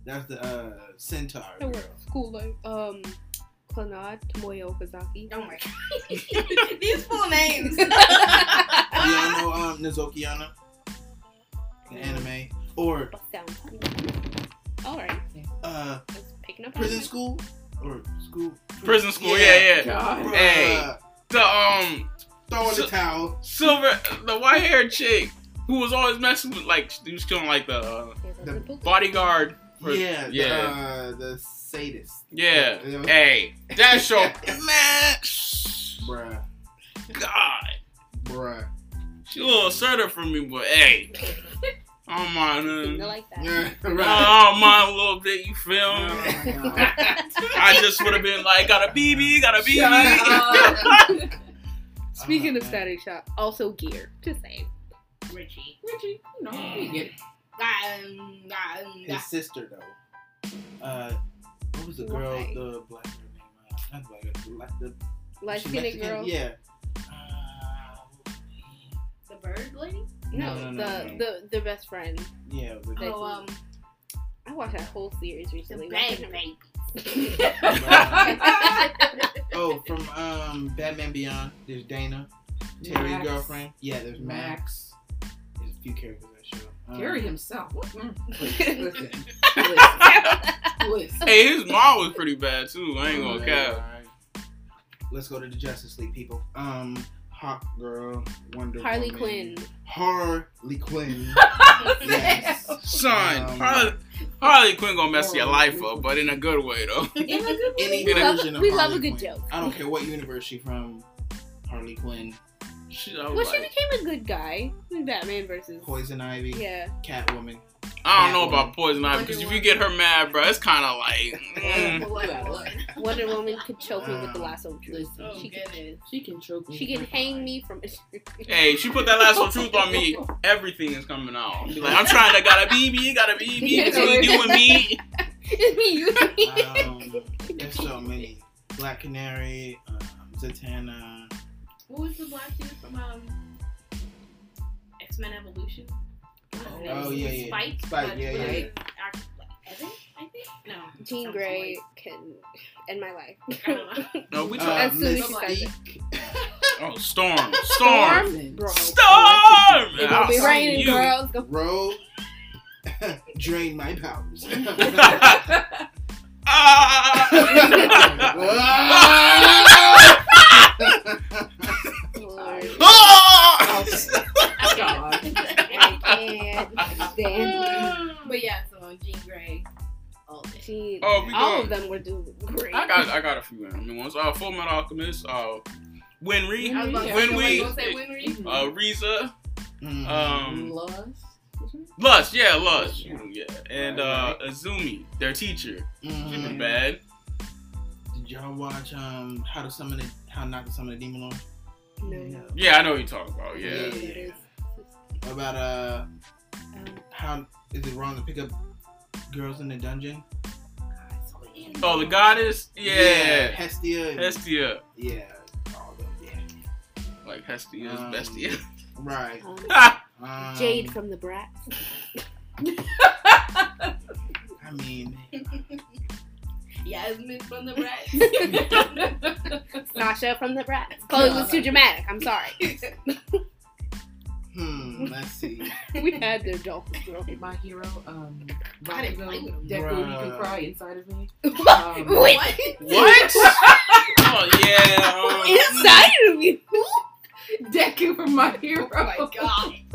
S2: That's the uh, centaur
S1: I
S2: girl.
S1: work school life. Um, Clannad Tomoyo Okazaki.
S4: Oh my god. These full names.
S2: Y'all know um, Nizokiana? The anime. Or
S1: Bust down. All right,
S2: uh,
S1: let's picking up. on
S2: Prison
S1: it.
S2: School? Or School?
S5: prison school. Yeah, yeah.
S3: God.
S5: Hey. The um
S2: Throw in the
S5: So-
S2: towel.
S5: silver, the white haired chick who was always messing with like she was killing like the uh,
S1: There's a
S2: The
S1: little-
S5: bodyguard. For-
S2: Yeah, the,
S5: yeah.
S2: Uh, the sadist.
S5: Yeah.
S2: You know?
S5: Hey, that show, man.
S2: Bruh.
S5: God,
S2: Bruh.
S5: she a little assertive for me, but hey, I don't mind.
S1: Something
S5: Uh,
S1: like that.
S2: Mm. Yeah, right.
S5: I don't mind a little bit. You feel me?
S2: Oh, my God.
S5: I just would have been like, got a BB, got a BB.
S1: Speaking of
S2: Uh,
S1: Saturday Shop, also gear. Just saying.
S4: Richie.
S3: Richie, you know, we get it.
S4: Um, um,
S2: His sister, though. Uh, what was the girl,
S1: Why?
S2: the black girl name? Uh, not the black girl, the black, the
S1: Light
S2: she
S1: skinned
S2: Mexican?
S1: girl.
S2: Yeah. Uh,
S4: the bird lady?
S1: No,
S2: No, no, no,
S1: the,
S2: no.
S1: the the best friend.
S2: yeah. The,
S4: Oh, um,
S1: I watched that whole series
S4: the
S1: recently.
S4: bag baby.
S2: oh, from um, um, Batman Beyond, there's Dana, Terry's
S3: Max.
S2: girlfriend. Yeah, there's Max.
S3: Max.
S2: There's a few characters that show. up. Um,
S3: Gary himself. What? Mm.
S2: listen, listen.
S3: Listen.
S5: Hey, his mom was pretty bad too. I ain't gonna
S2: Alright,
S5: cap.
S2: alright. Let's go to the Justice League people. Um, Hawk Girl, Wonder
S1: Harley Quinn.
S2: Woman. Harley Quinn. yes.
S5: Son,
S2: Um,
S5: Harley, Harley Quinn gonna mess your life up, but in a good way though.
S3: In a good
S2: Any
S1: We love,
S2: version of
S1: we love
S2: Harley
S1: a good
S2: Quinn.
S1: joke.
S2: I don't care what universe she from. Harley Quinn,
S5: She, I, was
S1: Well, she
S5: like,
S1: became a good guy in Batman versus.
S2: Poison Ivy,
S1: Yeah.
S2: Catwoman.
S5: I don't know about Poison Ivy because if you
S4: Wonder
S5: get her mad, bro, it's kind of like. mm.
S1: Wonder Woman could choke me with the
S2: Um,
S1: lasso of truth.
S3: Listen,
S4: Oh,
S1: She
S4: get
S1: can,
S4: it.
S3: She can choke me.
S1: she can
S3: with
S1: hang
S3: her
S1: me from.
S5: Hey, she put that last one truth on me. Everything is coming out. She like, I'm trying to gotta be me, gotta be me between you and me.
S1: It's me, you, and me.
S2: Um, there's so many. Black Canary, um, Zatanna.
S4: What was the black dude from um, X Men Evolution? What was his name?
S2: Oh, yeah, yeah.
S4: Spike.
S2: Spike,
S4: but
S2: yeah,
S4: with
S2: yeah.
S4: Ac- Evan, I think. No.
S1: Jean
S4: something
S1: Grey can end my life.
S4: like- I don't know.
S5: No, we
S2: Uh,
S1: As
S5: talking.
S1: soon as she
S2: Mystique.
S1: starts it.
S5: oh, storm,
S1: Storm?
S5: storm,
S3: Listen.
S1: Bro.
S5: storm.
S1: It gonna be
S5: I'll see
S1: raining,
S5: you.
S1: girl. It's gonna
S2: Rogue, drain my Mm-hmm. powers.
S5: Ah.
S1: Lord, Oh,
S5: Ah.
S3: God.
S1: I can't stand
S5: Oh,
S4: but yeah, so Jean Grey. All day.
S1: Jean.
S5: Oh, we
S1: All
S5: gone.
S1: of them were doing great.
S5: I got, I got a few random ones. Uh, Full Metal Alchemist. Uh, Winry.
S4: I was about to
S5: When
S4: say,
S5: we-
S4: I was gonna say when
S1: Mm-hmm.
S4: we-
S5: Uh, Reza. Um,
S3: Lust.
S5: Lust. Yeah, Lust. Yeah, and uh, Azumi, their teacher. She
S1: Mm-hmm.
S5: was bad.
S2: Mm-hmm. Did y'all watch um How to Summon a, How Not to Summon a Demon Lord?
S1: No.
S5: Yeah, I know what you're talking about. Yeah.
S1: It is.
S2: About uh
S1: Um,
S2: how is it wrong to pick up girls in the dungeon?
S5: Oh, the goddess. Yeah.
S2: Hestia. and-
S5: Hestia.
S2: yeah. All of them. Yeah.
S5: Like Hestia's
S2: Um,
S5: bestia.
S2: Right.
S1: um,
S5: Ha!
S2: Um,
S1: Jade from the Brats.
S2: I mean,
S4: Yasmin from the Brat.
S1: Sasha from the Brats. Chloe was too dramatic. I'm sorry.
S2: hmm. Let's see.
S1: We had their jokes, bro.
S3: My hero. Um.
S4: I didn't play with him.
S3: Deku, you can
S2: Bruh.
S3: cry inside of me. Um,
S1: Wait.
S5: what? oh yeah. um,
S1: Inside of you.
S3: Deku from my hero.
S4: oh my god.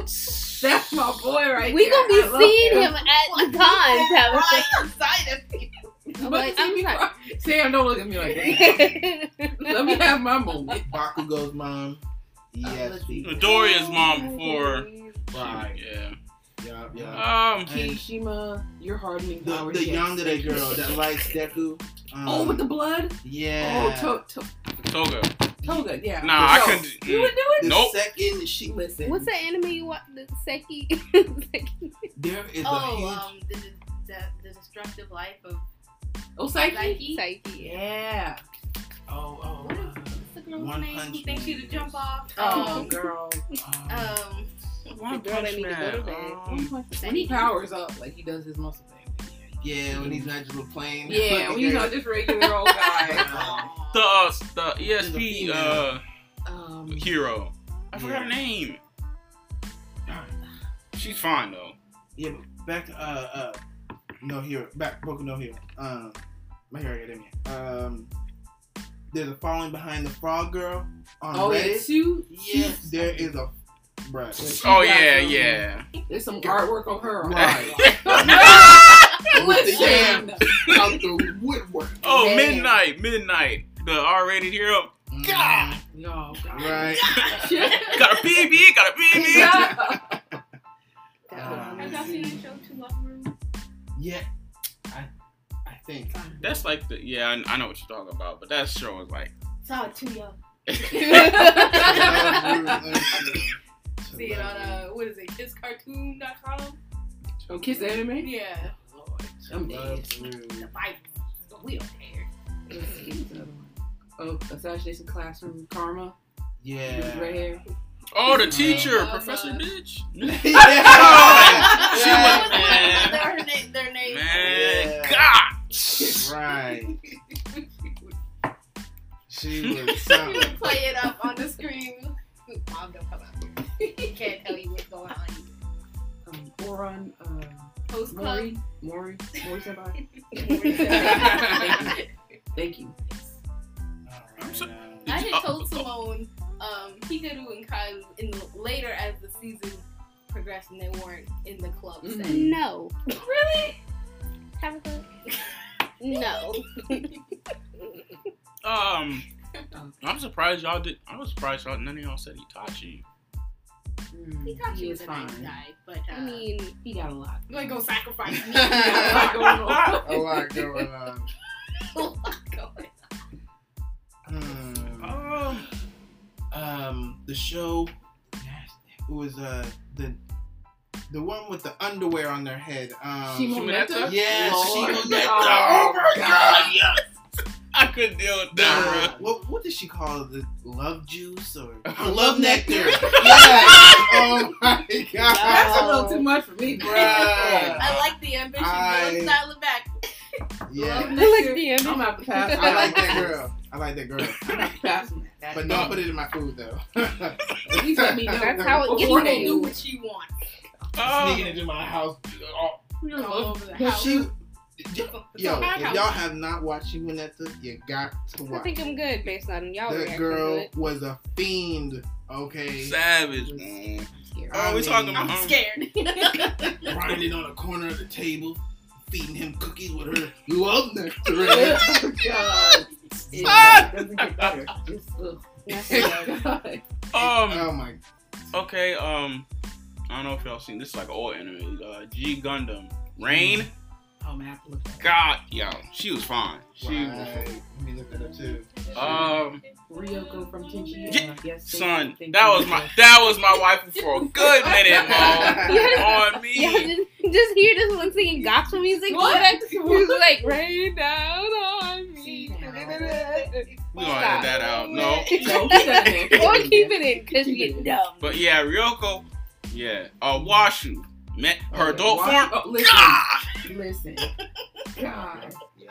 S3: That's my boy right
S1: We
S3: there.
S1: gonna be
S3: I love
S1: seeing him at the con, Tabitha.
S4: Right inside of me.
S1: I'm
S3: But
S1: like,
S3: see
S1: I'm
S3: me
S1: sorry.
S3: cry. Sam, don't look at me like that. Let me have my moment.
S2: Bakugo's mom. Yes.
S3: Oh, let's see.
S2: people.
S5: Midoriya's mom before.
S2: Right.
S5: Yeah.
S2: Yeah. Yeah.
S5: Um.
S3: Kishima, you're hardening
S2: The,
S3: powers.
S2: the
S3: yes.
S2: young little girl that likes Deku. Um,
S3: Oh, with the blood?
S2: yeah.
S3: Oh, to- to-
S5: Toga.
S3: Toga, yeah.
S5: Nah, I
S3: Yo,
S5: couldn't.
S3: You would do it?
S2: the
S5: Nope.
S2: second she
S3: Listen.
S1: What's that anime you watch? The Seki. Seki.
S2: there is a huge
S4: Oh, um, the, the, the destructive life of
S3: Osaiki?
S4: Psyche.
S1: Seki.
S3: Oh, Yeah.
S2: oh oh.
S4: What is the girl's
S2: One
S4: name?
S2: Punch
S4: He thinks she's a jump off.
S3: Oh, girl.
S2: uh,
S3: Oh,
S2: um,
S4: Um,
S5: One
S1: The girl that
S5: Mm. Punch
S1: need to go to
S5: Man.
S1: bed.
S5: um,
S3: When he powers up, like he does his muscle thing.
S2: yeah, when he's not just a plane.
S3: Yeah, when he's not just regular old guy.
S2: Um,
S5: the uh, the ESP
S2: female.
S5: uh
S3: Um,
S5: hero. I forgot her
S2: Yeah.
S5: name. She's fine though.
S2: Yeah, but back to uh uh No Hero, back Boku No Hero. Um My Hero Academia. Um there's a following behind the frog girl on
S3: oh, yeah,
S2: Reddit.
S3: Sue?
S2: Yes, there is a bruh.
S3: She
S5: Oh
S3: got
S5: yeah,
S3: some-
S5: yeah.
S3: There's some artwork on her.
S2: Right. With the damn
S3: Listen.
S2: out the woodwork.
S5: Oh,
S3: Yeah.
S5: midnight, midnight. The R-rated hero. God.
S3: No, God.
S2: Mm, Right.
S5: Got a PB. Got a PB.
S3: Yeah.
S2: Um,
S4: have y'all seen the show Two Love Rooms?
S2: Yeah. I I think.
S5: That's like the yeah. I, I know what you're talking about, but that show is like.
S4: Saw it too young. See it on uh, what is it? KissCartoon.com.
S3: Oh, kiss anime?
S4: Yeah.
S3: I'm
S2: Love
S4: The
S2: Rue.
S4: Bible. But we don't care.
S3: Oh, Assassination Classroom Karma. Red
S2: Yeah.
S3: hair.
S5: Oh, the teacher,
S4: Uh,
S5: Professor Bitch.
S2: yeah.
S5: She
S2: Yeah.
S5: was man,
S4: Their, na- their name.
S5: man,
S2: Yeah.
S5: God.
S2: Right. She was
S4: You
S2: something.
S4: would play it up on the screen. Mom, don't come out here. You can't tell you what's going on.
S3: Um, Oron, uh,
S4: Post club.
S3: Maury, Maury, Maury Senpai.
S4: I
S3: Thank you.
S5: I'm so-
S2: Alright,
S4: had told Simone um, Hikaru and Kai in the, later as the season progressed and they weren't in the club
S3: Mhm.
S4: setting.
S1: No.
S4: Really?
S1: Tabitha? No.
S5: Um, I'm surprised y'all did. I was surprised y'all none of y'all said Itachi.
S3: Mm,
S4: He thought
S3: he
S4: she was a
S3: fine.
S4: nice guy, but uh,
S1: I mean,
S3: He got a lot.
S4: you ain't gonna sacrifice me.
S3: A lot going on.
S2: A lot going on. Hmm.
S5: Oh,
S2: um the show it was uh the the one with the underwear on their head. Um
S5: Shimoneta?
S2: Yes,
S3: Lord.
S2: Shimoneta. Oh,
S3: Oh.
S2: my god, yes.
S5: I couldn't deal with
S2: Uh,
S5: that.
S2: what what did she call it? the love juice or
S3: Love nectar.
S2: yes. Oh my god.
S3: That's a little too much for me,
S2: Bruh.
S4: I like the ambition.
S2: I-
S4: I... Style it back.
S2: Yeah.
S3: Love
S1: like the end.
S3: I'm about to pass.
S2: I like that girl. I like that girl.
S3: I'm about to pass on that.
S2: But don't put it in my food though.
S3: Please let me know
S1: That's how it
S3: before
S1: gets
S3: they
S1: you.
S4: do
S3: do
S4: what she wants.
S2: Sneaking
S5: Oh,
S2: into my house. Oh,
S4: All over the
S2: But
S4: house.
S2: she,
S4: It's
S2: yo,
S4: on my
S2: if
S4: house.
S2: y'all have not watched Shimoneta, you got to
S1: I
S2: watch.
S1: think I'm good based on y'all
S2: That
S1: reaction to
S2: girl
S1: it.
S2: was a fiend. Okay,
S5: savage, man.
S3: it.
S5: Oh, we talking
S2: mean,
S5: about-
S4: I'm scared.
S2: grinding on a corner of the table, feeding him cookies with her love nectar.
S3: God. It doesn't get better. Just, ugh. Oh, God.
S5: Um,
S2: oh my!
S5: okay. Um, I don't know if y'all seen this. Is like an old anime. Uh, G Gundam Rain.
S3: Oh, man, I have to look at
S5: God, yo, she was fine. She was.
S2: Right. Let me look that up too.
S5: Um,
S3: Ryoko from Tenchi.
S5: Yeah,
S3: Uh, yes, thank
S5: son,
S3: you, thank
S5: that
S3: you.
S5: was my that was my wife for a good minute, mom.
S1: Yeah,
S5: On me.
S1: just, just hear this one singing gospel music.
S3: What?
S1: He was like, rain down on me.
S5: We gonna edit that out. No.
S3: No, keep that in there.
S1: Or keep it in because you
S3: Keep
S1: get
S3: it.
S1: dumb.
S5: But yeah, Ryoko. Yeah. Uh, Washu. Met her
S2: Okay,
S5: adult
S3: Why-
S5: form.
S3: oh, listen,
S5: God!
S3: listen. God.
S2: Yeah.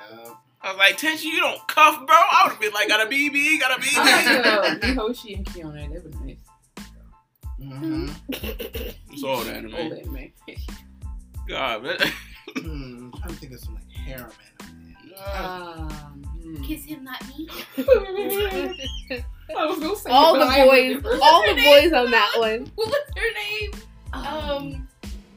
S5: I was like, Tenshi, you don't cuff, bro. I would have been like, got a BB, got a BB.
S3: I like uh, Mihoshi and Kiona. That was nice.
S2: Mm-hmm.
S5: It's all
S3: Oh,
S5: anime.
S3: that man.
S5: God, but
S2: Mm-hmm. I'm trying to think of some like harem anime.
S5: Uh,
S3: Um, hmm.
S6: Kiss him, not me.
S3: I was gonna say
S1: all the
S3: it, but I
S1: boys,
S3: remember.
S1: all the boys on that one.
S4: What was her name? Um.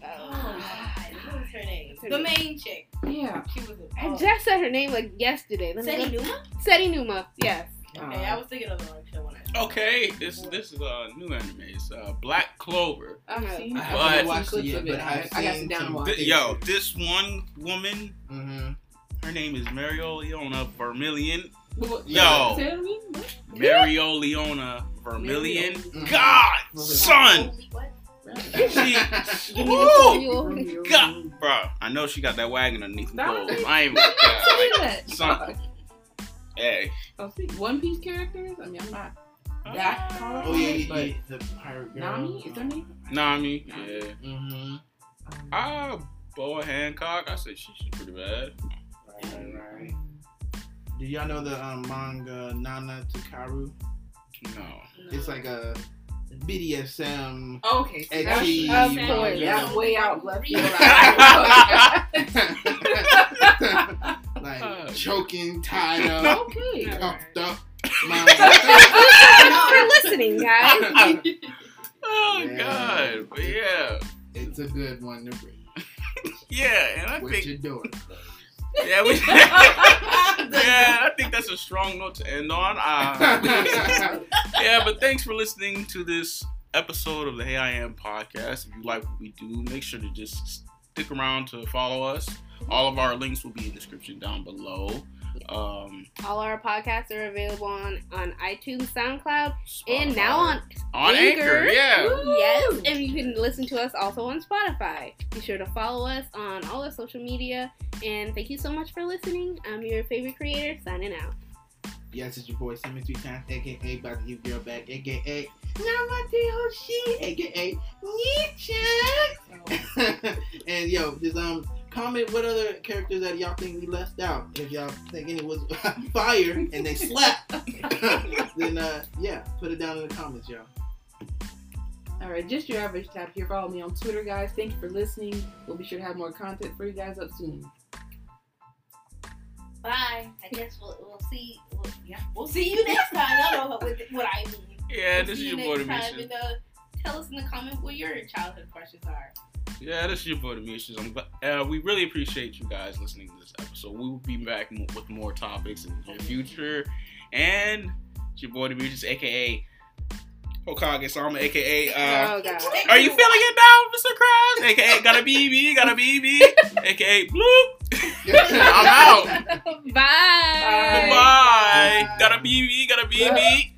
S1: Oh.
S4: Oh, God. What was her name?
S1: What's her
S4: The
S1: name?
S4: main chick.
S3: Yeah.
S4: She was.
S1: I just said her name like yesterday. Let me
S4: Seti
S1: go-
S4: Numa?
S1: Seti Numa. Yes.
S4: Okay, I was thinking of the wrong show when I.
S5: okay, this this is a new anime. It's uh, Black Clover.
S1: Uh-huh.
S3: I've seen
S2: I
S5: But-
S2: haven't watched it
S3: clips
S2: yet,
S3: of it.
S2: but
S3: I,
S2: I've
S3: I got
S2: seen
S3: to down
S2: some
S3: and watch
S5: Th-
S3: it.
S5: yo, this one woman,
S2: Mm-hmm.
S5: her name is Marioliona Vermilion.
S3: What-
S5: Yo.
S3: Tell me what?
S5: Marioliona Vermilion.
S3: Mm-hmm.
S2: Mhm.
S5: God,
S2: Vermilion.
S5: son,
S4: Holy what?
S2: Mm-hmm.
S5: she,
S1: Give me the
S5: Woo!
S1: formula.
S5: God, bro, I know she got that wagon underneath the
S3: Stop
S5: clothes.
S3: it.
S5: I ain't with that.
S3: Say that.
S5: Son. Like, hey,
S3: Oh, see, One Piece characters? I mean, I'm not that caught up
S2: Oh
S3: on
S2: yeah,
S3: it,
S2: yeah,
S3: but
S2: yeah, the pirate girl.
S3: Nami is her name.
S5: Nami, yeah.
S2: Mm-hmm.
S3: Um,
S5: Ah, Boa Hancock. I said she, she's pretty bad.
S2: Right, right, right. Do y'all know the um, manga Nana Takaru?
S5: No.
S2: It's like a BDSM.
S3: Okay, so that's,
S2: Edgy.
S1: Of
S2: Yeah.
S1: course.
S3: that's way out left field.
S2: like choking, tied up,
S3: okay.
S2: cuffed up.
S1: Thanks for listening, guys.
S2: manga.
S5: Oh
S2: Yeah.
S5: God, but yeah,
S2: it's a good one to read.
S5: yeah, and I
S2: What
S5: think
S2: you doing?
S5: yeah, we, yeah, I think that's a strong note to end on. Uh, yeah, but thanks for listening to this episode of the Hey I Am podcast. If you like what we do, make sure to just stick around to follow us. All of our links will be in the description down below. Um,
S1: All our podcasts are available on, on iTunes, SoundCloud,
S5: Oh,
S1: and now on
S5: on Anchor.
S1: Anchor.
S5: Yeah.
S1: Yes, and you can listen to us also on Spotify. Be sure to follow us on all our social media. And thank you so much for listening. I'm your favorite creator, signing out.
S2: yes, it's your boy Simon Three Times, aka about to give E girl back, aka Namate Hoshi, aka Nietzsche. and yo, just um Comment what other characters that y'all think we left out. If y'all think any was fire and they slap, then uh, yeah, put it down in the comments, y'all.
S3: All right, just your average tap here. Follow me on Twitter, guys. Thank you for listening. We'll be sure to have more content for you guys up soon.
S4: Bye. I guess we'll, we'll see. We'll, yeah, we'll see you next time. Y'all know what, what I mean.
S5: Yeah, this
S4: See
S5: is
S4: you
S5: your boy
S4: next time,
S5: Demetrius.
S4: and, uh, Tell us in the comment what your childhood crushes are.
S5: Yeah, this is your boy Demetrius. I'm, gl- uh, we really appreciate you guys listening to this episode. We will be back m- with more topics in the future. And it's your boy Demetrius, aka Hokage Sama, aka. Uh,
S1: oh god.
S5: are you feeling it now, Mr. Krabs? AKA gotta be me, gotta be me, AKA bloop. I'm out.
S1: Bye.
S5: Goodbye. Gotta be me, gotta be me.